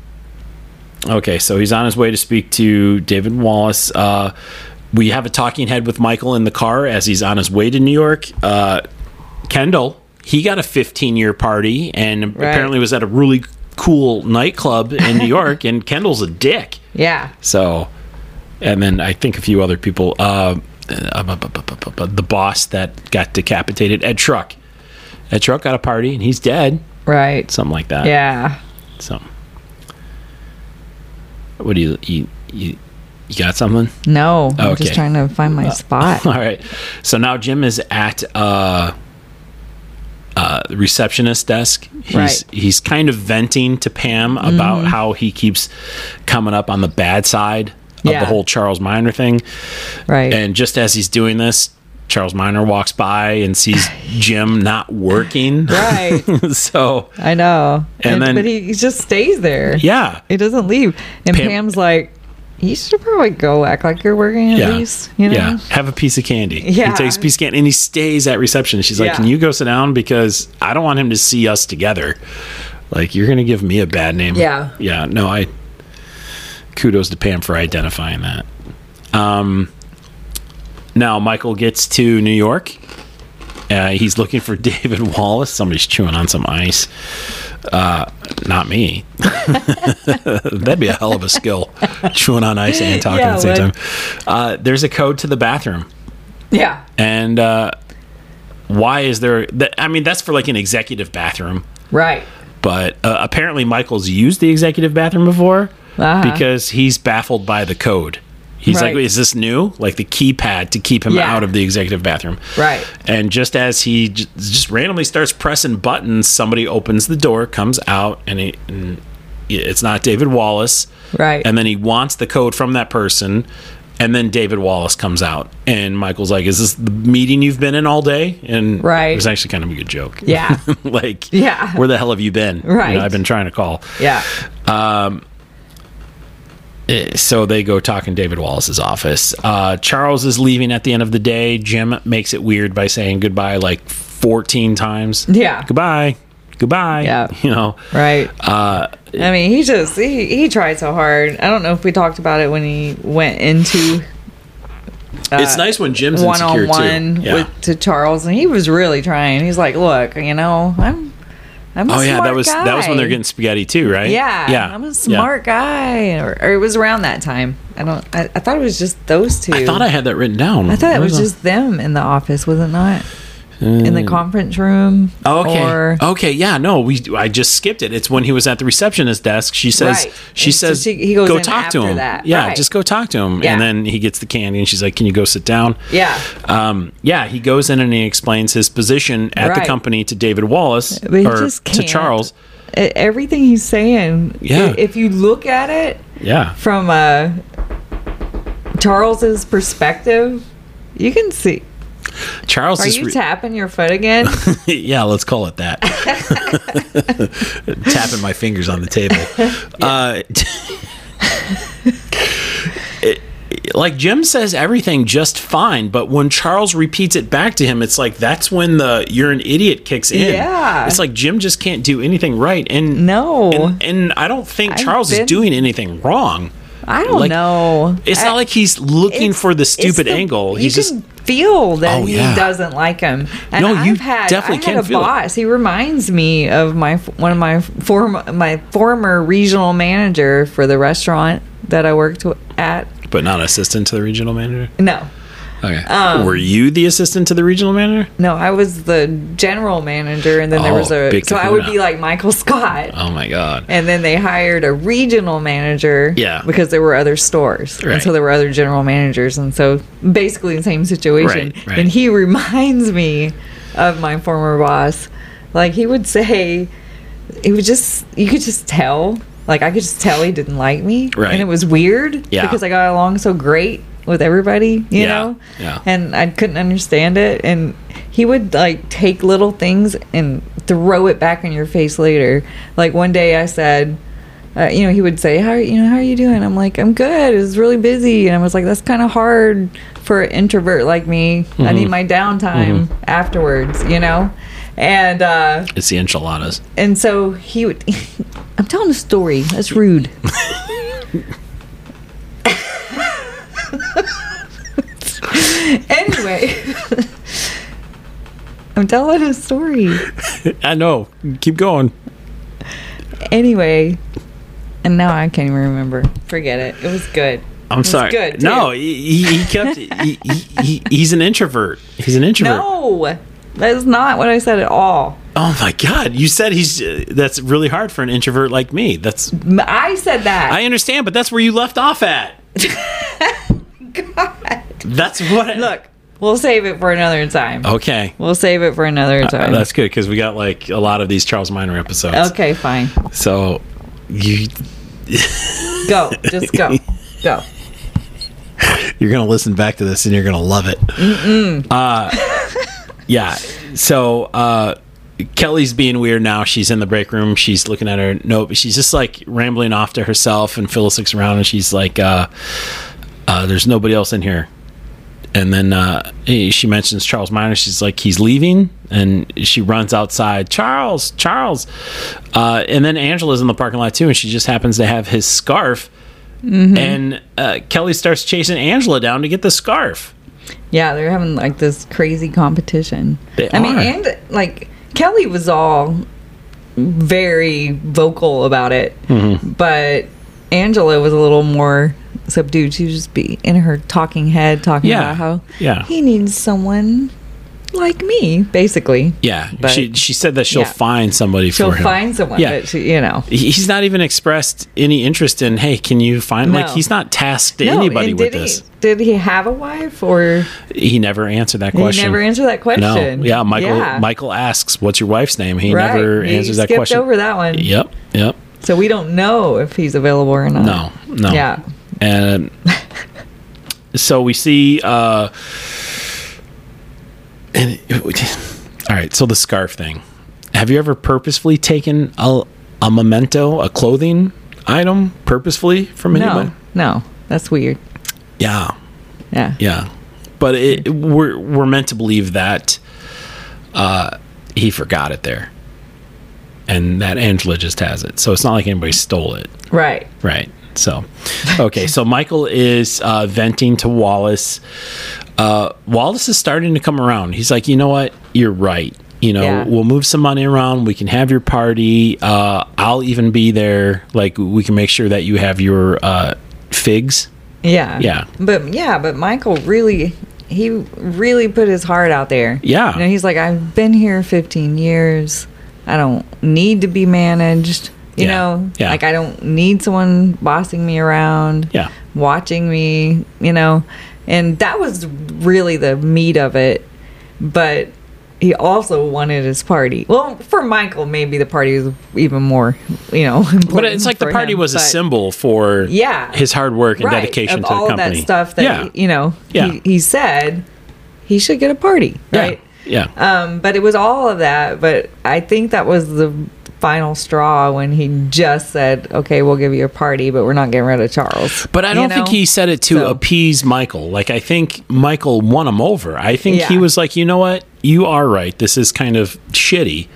Speaker 8: Okay, so he's on his way to speak to David Wallace. Uh, we have a talking head with Michael in the car as he's on his way to New York. Uh, Kendall, he got a 15 year party and apparently was at a really cool nightclub in New York. and Kendall's a dick.
Speaker 10: Yeah.
Speaker 8: So, and then I think a few other people. Uh, uh, bu- bu- bu- bu- bu- bu- the boss that got decapitated, Ed Truck. Ed Truck got a party and he's dead.
Speaker 10: Right.
Speaker 8: Something like that.
Speaker 10: Yeah.
Speaker 8: So, what do you you you, you got something?
Speaker 10: No. I'm
Speaker 8: Okay. Uh,
Speaker 10: just trying to find my spot.
Speaker 8: All right. So now Jim is at uh, uh, the receptionist desk. He's
Speaker 10: Right. Mm-hmm.
Speaker 8: he's kind of venting to Pam about how he keeps coming up on the bad side of
Speaker 10: Yeah.
Speaker 8: the whole Charles Minor thing.
Speaker 10: Right.
Speaker 8: And just as he's doing this, Charles Minor walks by and sees Jim not working.
Speaker 10: Right.
Speaker 8: so
Speaker 10: I know.
Speaker 8: And then-
Speaker 10: but he, he just stays there.
Speaker 8: Yeah.
Speaker 10: He doesn't leave. And
Speaker 8: Pam-
Speaker 10: Pam's like, you should probably go act like you're working at least. You know?
Speaker 8: Yeah. Have a piece of candy.
Speaker 10: Yeah.
Speaker 8: He takes a piece of candy and he stays at reception. She's like,
Speaker 10: Yeah.
Speaker 8: Can you go sit down? Because I don't want him to see us together. Like, you're going to give me a bad name.
Speaker 10: Yeah.
Speaker 8: Yeah. No, I. Kudos to Pam for identifying that. Um, now, Michael gets to New York. Uh, he's looking for David Wallace. Somebody's chewing on some ice. Uh, not me. That'd be a hell of a skill, chewing on ice and talking
Speaker 10: Yeah,
Speaker 8: at the same time.
Speaker 10: it would.
Speaker 8: Uh, there's a code to the bathroom,
Speaker 10: Yeah.
Speaker 8: and uh, why is there? That, I mean, that's for like an executive bathroom,
Speaker 10: Right.
Speaker 8: but uh, apparently Michael's used the executive bathroom before
Speaker 10: Uh-huh.
Speaker 8: because he's baffled by the code. He's like,
Speaker 10: Right.
Speaker 8: "Is this new?" Like the keypad to keep him
Speaker 10: Yeah.
Speaker 8: out of the executive bathroom.
Speaker 10: Right.
Speaker 8: And just as he j- just randomly starts pressing buttons, somebody opens the door, comes out, and, he, and it's not David Wallace.
Speaker 10: Right.
Speaker 8: And then he wants the code from that person. And then David Wallace comes out, and Michael's like, "Is this the meeting you've been in all day?" And
Speaker 10: Right.
Speaker 8: it was actually kind of a good joke.
Speaker 10: Yeah.
Speaker 8: like,
Speaker 10: Yeah.
Speaker 8: where the hell have you been? You know,
Speaker 10: Right.
Speaker 8: I've been trying to call.
Speaker 10: Yeah.
Speaker 8: Um, eh, so they go talk in David Wallace's office. Uh, Charles is leaving at the end of the day. Jim makes it weird by saying goodbye like 14 times.
Speaker 10: Yeah.
Speaker 8: Goodbye. Goodbye.
Speaker 10: Yeah.
Speaker 8: You know,
Speaker 10: Right.
Speaker 8: uh,
Speaker 10: I mean, he just he, he tried so hard. I don't know if we talked about it when he went into uh,
Speaker 8: it's nice when Jim's
Speaker 10: one on
Speaker 8: insecure
Speaker 10: one
Speaker 8: too. Yeah.
Speaker 10: with to Charles, and he was really trying. He's like, "Look, you know, I'm, I'm a
Speaker 8: oh yeah, that
Speaker 10: smart
Speaker 8: was that was when they're
Speaker 10: guy."
Speaker 8: getting spaghetti too, right?
Speaker 10: Yeah,
Speaker 8: Yeah.
Speaker 10: I'm
Speaker 8: Yeah.
Speaker 10: a smart guy, or, or it was around that time. I don't. I, I thought it was just those two.
Speaker 8: I thought I had that written down.
Speaker 10: I thought it
Speaker 8: Where
Speaker 10: was
Speaker 8: the-
Speaker 10: just them in the office, was it not? In the
Speaker 8: Mm.
Speaker 10: conference room.
Speaker 8: Oh, Okay.
Speaker 10: Or,
Speaker 8: okay. Yeah. No. We. I just skipped it. It's when he was at the receptionist desk. She says.
Speaker 10: Right.
Speaker 8: She
Speaker 10: And so
Speaker 8: says.
Speaker 10: she- he goes
Speaker 8: go
Speaker 10: in
Speaker 8: talk to
Speaker 10: after
Speaker 8: him.
Speaker 10: that.
Speaker 8: Yeah.
Speaker 10: Right.
Speaker 8: Just go talk to him.
Speaker 10: Yeah.
Speaker 8: And then he gets the candy, and she's like, "Can you go sit down?"
Speaker 10: yeah.
Speaker 8: Um, yeah. He goes in and he explains his position at the
Speaker 10: Right.
Speaker 8: company to David Wallace
Speaker 10: But he
Speaker 8: or
Speaker 10: just
Speaker 8: to
Speaker 10: can't.
Speaker 8: Charles.
Speaker 10: E- Everything he's saying.
Speaker 8: Yeah.
Speaker 10: i- If you look at it
Speaker 8: Yeah.
Speaker 10: from uh, Charles's perspective, you can see.
Speaker 8: Charles
Speaker 10: Are
Speaker 8: is.
Speaker 10: you
Speaker 8: re-
Speaker 10: tapping your foot again?
Speaker 8: yeah. Let's call it that. Tapping my fingers on the table. Uh, it- like Jim says everything just fine, but when Charles repeats it back to him, it's like that's when the you're an idiot kicks in.
Speaker 10: Yeah.
Speaker 8: It's like Jim just can't do anything right. And no. And, and I don't think
Speaker 10: I've
Speaker 8: Charles
Speaker 10: been-
Speaker 8: is doing anything wrong.
Speaker 10: I don't
Speaker 8: Like,
Speaker 10: know.
Speaker 8: It's
Speaker 10: I-
Speaker 8: not like he's looking
Speaker 10: it's-
Speaker 8: for the
Speaker 10: it's
Speaker 8: stupid
Speaker 10: the-
Speaker 8: angle.
Speaker 10: you
Speaker 8: He's just
Speaker 10: can feel that
Speaker 8: Oh,
Speaker 10: he
Speaker 8: yeah.
Speaker 10: doesn't like him. And
Speaker 8: No,
Speaker 10: I've
Speaker 8: you
Speaker 10: had,
Speaker 8: definitely
Speaker 10: I
Speaker 8: can
Speaker 10: had a
Speaker 8: feel it.
Speaker 10: boss. He reminds me of my one of my former my former regional manager for the restaurant that I worked w- at.
Speaker 8: but not assistant to the regional manager.
Speaker 10: No,
Speaker 8: Okay.
Speaker 10: Um,
Speaker 8: Were you the assistant to the regional manager?
Speaker 10: no, I was the general manager, and then there
Speaker 8: Oh,
Speaker 10: was a
Speaker 8: big
Speaker 10: so I would
Speaker 8: kahuna.
Speaker 10: be like Michael Scott.
Speaker 8: Oh my god.
Speaker 10: And then they hired a regional manager.
Speaker 8: Yeah.
Speaker 10: Because there were other stores.
Speaker 8: Right.
Speaker 10: And so there were other general managers. And so basically the same situation.
Speaker 8: Right, right.
Speaker 10: And he reminds me of my former boss. Like he would say, it would just, you could just tell. Like I could just tell he didn't like me.
Speaker 8: Right.
Speaker 10: And it was weird.
Speaker 8: Yeah.
Speaker 10: Because I got along so great with everybody, you
Speaker 8: Yeah,
Speaker 10: know?
Speaker 8: yeah.
Speaker 10: And I couldn't understand it. And he would like take little things and throw it back in your face later. Like one day I said, uh, you know, he would say, "How are you know? How are you doing?" I'm like, "I'm good. It was really busy," and I was like, "That's kind of hard for an introvert like me. I
Speaker 8: Mhm.
Speaker 10: need my downtime
Speaker 8: Mhm.
Speaker 10: afterwards, you know." And uh,
Speaker 8: It's the enchiladas.
Speaker 10: and so he would. I'm telling a story. That's rude. anyway, I'm telling a story.
Speaker 8: I know. Keep going.
Speaker 10: Anyway, and now I can't even remember. Forget it. It was good.
Speaker 8: I'm
Speaker 10: It was
Speaker 8: sorry.
Speaker 10: Good. too.
Speaker 8: no, he, he he kept. he, he, he, he's an introvert. He's an introvert.
Speaker 10: No, that is not what I said at all.
Speaker 8: Oh my god! You said he's. uh, That's really hard for an introvert like me. That's.
Speaker 10: M- I said that.
Speaker 8: I understand, but that's where you left off at. That's what.
Speaker 10: Look, we'll save it for another time.
Speaker 8: Okay.
Speaker 10: We'll save it for another
Speaker 8: Uh,
Speaker 10: time.
Speaker 8: that's good because we got like a lot of these Charles Minor episodes.
Speaker 10: okay, fine.
Speaker 8: So, you
Speaker 10: Go. Just go. go.
Speaker 8: you're gonna listen back to this and you're gonna love it.
Speaker 10: Mm-mm.
Speaker 8: Uh, yeah. So uh, Kelly's being weird now. She's in the break room. She's looking at her note. She's just like rambling off to herself. And Phyllis looks around and she's like, uh, uh, "There's nobody else in here." And then uh, eh, she mentions Charles Minor. She's like, "He's leaving," and she runs outside. Charles, Charles. Uh, and then Angela's in the parking lot too, and she just happens to have his scarf.
Speaker 10: Mhm.
Speaker 8: And uh, Kelly starts chasing Angela down to get the scarf.
Speaker 10: Yeah, they're having like this crazy competition.
Speaker 8: They
Speaker 10: I mean,
Speaker 8: are.
Speaker 10: and like Kelly was all very vocal about it,
Speaker 8: Mm-hmm.
Speaker 10: but Angela was a little more subdued. She was just be in her talking head talking
Speaker 8: Yeah.
Speaker 10: about how
Speaker 8: Yeah.
Speaker 10: he needs someone like me, basically.
Speaker 8: Yeah,
Speaker 10: But-
Speaker 8: she she said that she'll
Speaker 10: yeah.
Speaker 8: find somebody
Speaker 10: She'll
Speaker 8: for him.
Speaker 10: find someone, but she- you know.
Speaker 8: He- he's not even expressed any interest in. Hey, can you find? Like
Speaker 10: No.
Speaker 8: he's not tasked
Speaker 10: No,
Speaker 8: anybody
Speaker 10: and
Speaker 8: with
Speaker 10: did
Speaker 8: this.
Speaker 10: He, did he have a wife or
Speaker 8: He, never answered that
Speaker 10: He
Speaker 8: question.
Speaker 10: never answered that question.
Speaker 8: No. Yeah, Michael
Speaker 10: Yeah.
Speaker 8: Michael asks, "What's your wife's name?" He
Speaker 10: Right.
Speaker 8: never
Speaker 10: He
Speaker 8: answers that
Speaker 10: skipped
Speaker 8: question.
Speaker 10: over that one.
Speaker 8: Yep. Yep.
Speaker 10: So we don't know if he's available or not.
Speaker 8: No, no.
Speaker 10: Yeah.
Speaker 8: And so we see, uh, and it- all right. So the scarf thing. Have you ever purposefully taken a a memento, a clothing item, purposefully from
Speaker 10: No.
Speaker 8: anyone?
Speaker 10: No. That's weird.
Speaker 8: Yeah.
Speaker 10: Yeah.
Speaker 8: Yeah. But it, we're we're meant to believe that uh, he forgot it there, and that Angela just has it. So it's not like anybody stole it.
Speaker 10: Right.
Speaker 8: Right. So, okay. So Michael is uh, venting to Wallace. Uh, Wallace is starting to come around. He's like, you know what? You're right. You know,
Speaker 16: Yeah.
Speaker 8: we'll move some money around. We can have your party. Uh, I'll even be there. Like, we can make sure that you have your uh, figs.
Speaker 10: Yeah.
Speaker 8: Yeah.
Speaker 10: But yeah, but Michael really he really put his heart out there.
Speaker 8: Yeah.
Speaker 10: You know, he's like, I've been here fifteen years. I don't need to be managed. You
Speaker 8: Yeah.
Speaker 10: know?
Speaker 8: Yeah.
Speaker 10: Like I don't need someone bossing me around.
Speaker 8: Yeah.
Speaker 10: Watching me, you know. And that was really the meat of it. But he also wanted his party. Well, for Michael, maybe the party was even more, you know.
Speaker 8: But it's like the party was a symbol
Speaker 10: simple
Speaker 8: for
Speaker 10: Yeah.
Speaker 8: his hard work and
Speaker 10: Right,
Speaker 8: dedication
Speaker 10: of
Speaker 8: to the
Speaker 10: all
Speaker 8: company.
Speaker 10: that stuff that
Speaker 8: yeah.
Speaker 10: you know
Speaker 8: Yeah.
Speaker 10: he, he said he should get a party right
Speaker 8: yeah.
Speaker 10: um but it was all of that but i think that was the final straw when he just said okay we'll give you a party but we're not getting rid of charles
Speaker 8: But I
Speaker 10: You
Speaker 8: don't
Speaker 10: know?
Speaker 8: think he said it to appease Michael. Like I think Michael won him over. I think he
Speaker 10: Yeah.
Speaker 8: was like, you know what, you are right. This is kind of shitty.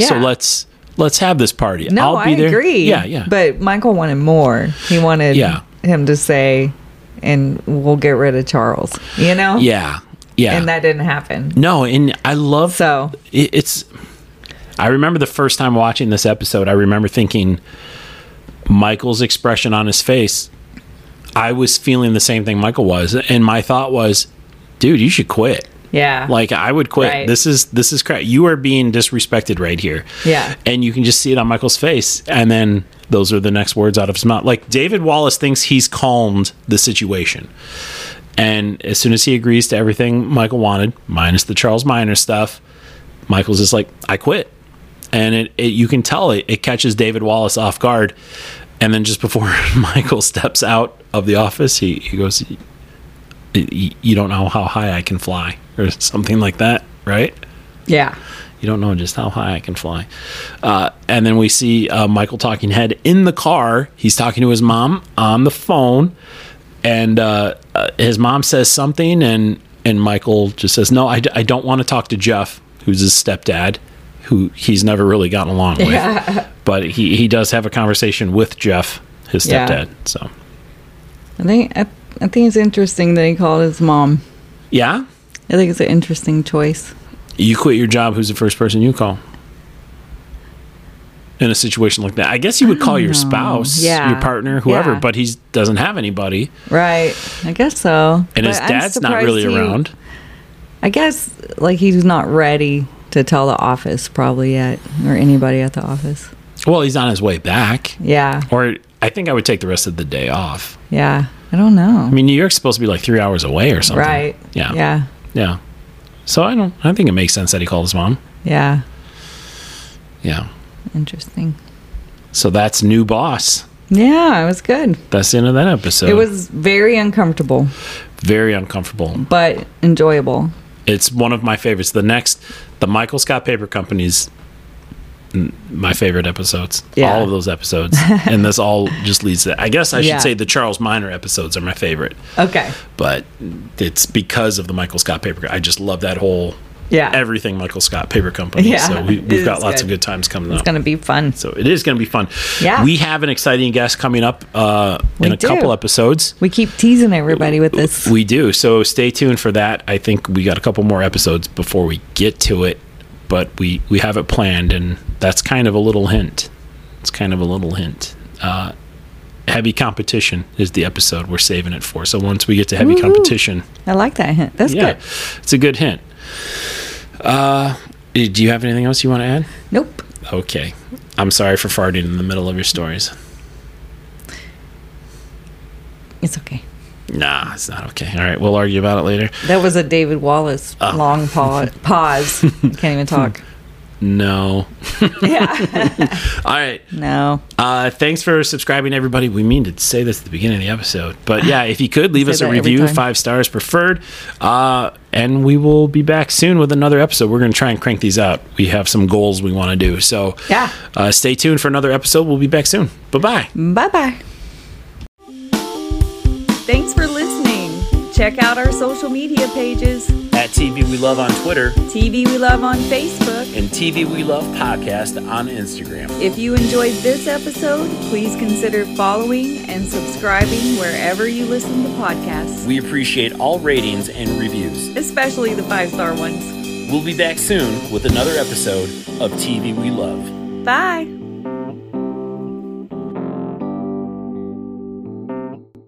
Speaker 8: So
Speaker 10: Yeah.
Speaker 8: let's let's have this party.
Speaker 10: no
Speaker 8: I'll be
Speaker 10: i
Speaker 8: there.
Speaker 10: agree
Speaker 8: Yeah, yeah.
Speaker 10: but michael wanted more he wanted
Speaker 8: Yeah.
Speaker 10: him to say and we'll get rid of charles you know
Speaker 8: yeah, yeah.
Speaker 10: and that didn't happen
Speaker 8: no, and I love so it's. I remember the first time watching this episode. I remember thinking Michael's expression on his face. I was feeling the same thing Michael was, and my thought was, "Dude, you should quit."
Speaker 10: yeah
Speaker 8: Like I would quit.
Speaker 10: Right.
Speaker 8: This is this is crap. You are being disrespected right here.
Speaker 10: Yeah.
Speaker 8: And you can just see it on Michael's face and then those are the next words out of his mouth. Like David Wallace thinks he's calmed the situation. And as soon as he agrees to everything Michael wanted, minus the Charles Minor stuff, Michael's just like, I quit. And it, it you can tell it, it catches David Wallace off guard. And then just before Michael steps out of the office, he, he goes, y- you don't know how high I can fly or something like that, right?
Speaker 10: yeah
Speaker 8: You don't know just how high I can fly. Uh, and then we see uh, Michael Talking Head in the car. He's talking to his mom on the phone, and uh, uh, his mom says something, and and Michael just says, "No, I, d- I don't want to talk to Jeff, who's his stepdad, who he's never really gotten along with,
Speaker 10: yeah
Speaker 8: but he he does have a conversation with Jeff, his
Speaker 10: Yeah.
Speaker 8: stepdad. So
Speaker 10: i think I, I think it's interesting that he called his mom
Speaker 8: yeah,
Speaker 10: I think it's an interesting choice.
Speaker 8: you quit your job, who's the first person you call? In a situation like that, I guess you would call your spouse,
Speaker 10: Oh, Yeah.
Speaker 8: your partner, whoever,
Speaker 10: Yeah.
Speaker 8: but he doesn't have anybody,
Speaker 10: Right. I guess so.
Speaker 8: and his
Speaker 10: But I'm
Speaker 8: dad's not
Speaker 10: surprised
Speaker 8: really
Speaker 10: he-
Speaker 8: around.
Speaker 10: I guess like he's not ready to tell the office probably yet or anybody at the office.
Speaker 8: Well, he's on his way back,
Speaker 10: Yeah.
Speaker 8: or I think I would take the rest of the day off.
Speaker 10: Yeah. I don't know.
Speaker 8: I mean, New York's supposed to be like three hours away or something,
Speaker 10: Right.
Speaker 8: Yeah,
Speaker 10: Yeah.
Speaker 8: yeah. So I don't. I think it makes sense that he called his mom.
Speaker 10: Yeah.
Speaker 8: Yeah.
Speaker 10: Interesting.
Speaker 8: So that's new boss.
Speaker 10: Yeah, it was good.
Speaker 8: That's the end of that episode.
Speaker 10: it was very uncomfortable,
Speaker 8: very uncomfortable.
Speaker 10: but enjoyable.
Speaker 8: It's one of my favorites. The next, the Michael Scott Paper Company's n- my favorite episodes.
Speaker 10: Yeah.
Speaker 8: All of those episodes, and this all just leads to. I guess I should
Speaker 10: Yeah.
Speaker 8: say the Charles Minor episodes are my favorite,
Speaker 10: Okay.
Speaker 8: but it's because of the Michael Scott Paper. Co- I just love that whole
Speaker 10: Yeah.
Speaker 8: everything Michael Scott Paper Company.
Speaker 10: Yeah.
Speaker 8: So we,
Speaker 10: It
Speaker 8: we've got
Speaker 10: is
Speaker 8: lots
Speaker 10: good.
Speaker 8: of good times coming
Speaker 10: It's
Speaker 8: up.
Speaker 10: going to be fun.
Speaker 8: so it is going to be fun.
Speaker 10: Yeah.
Speaker 8: We have an exciting guest coming up uh,
Speaker 10: We
Speaker 8: in a
Speaker 10: do.
Speaker 8: couple episodes.
Speaker 10: We keep teasing everybody with this.
Speaker 8: We do. So stay tuned for that. I think we got a couple more episodes before we get to it, but we we have it planned, and that's kind of a little hint. It's kind of a little hint. Uh, heavy competition is the episode we're saving it for. So once we get to heavy
Speaker 10: Woohoo.
Speaker 8: competition,
Speaker 10: I like that hint. That's
Speaker 8: yeah,
Speaker 10: good.
Speaker 8: it's a good hint. Uh, do you have anything else you want to add?
Speaker 10: Nope.
Speaker 8: Okay. I'm sorry for farting in the middle of your stories.
Speaker 10: It's okay.
Speaker 8: Nah, it's not okay. All right, we'll argue about it later.
Speaker 10: That was a David Wallace
Speaker 8: Oh.
Speaker 10: long pause. pause. Can't even talk.
Speaker 8: No.
Speaker 10: Yeah.
Speaker 8: All right.
Speaker 10: No.
Speaker 8: Uh, thanks for subscribing, everybody. We mean to say this at the beginning of the episode, but yeah, if you could leave
Speaker 10: Say
Speaker 8: us a
Speaker 10: that every
Speaker 8: review,
Speaker 10: time.
Speaker 8: five stars preferred, uh, and we will be back soon with another episode. We're going to try and crank these out. We have some goals we want to do, so
Speaker 10: Yeah.
Speaker 8: uh, stay tuned for another episode. We'll be back soon. Bye bye.
Speaker 10: Bye bye. Thanks for listening. Check out our social media pages
Speaker 15: At TV We Love on Twitter
Speaker 10: TV We Love on Facebook.
Speaker 15: and TV We Love Podcast on Instagram.
Speaker 10: If you enjoyed this episode, please consider following and subscribing wherever you listen to podcasts,
Speaker 15: We appreciate all ratings and reviews.
Speaker 10: especially the five star ones.
Speaker 15: We'll be back soon with another episode of TV We Love.
Speaker 10: Bye.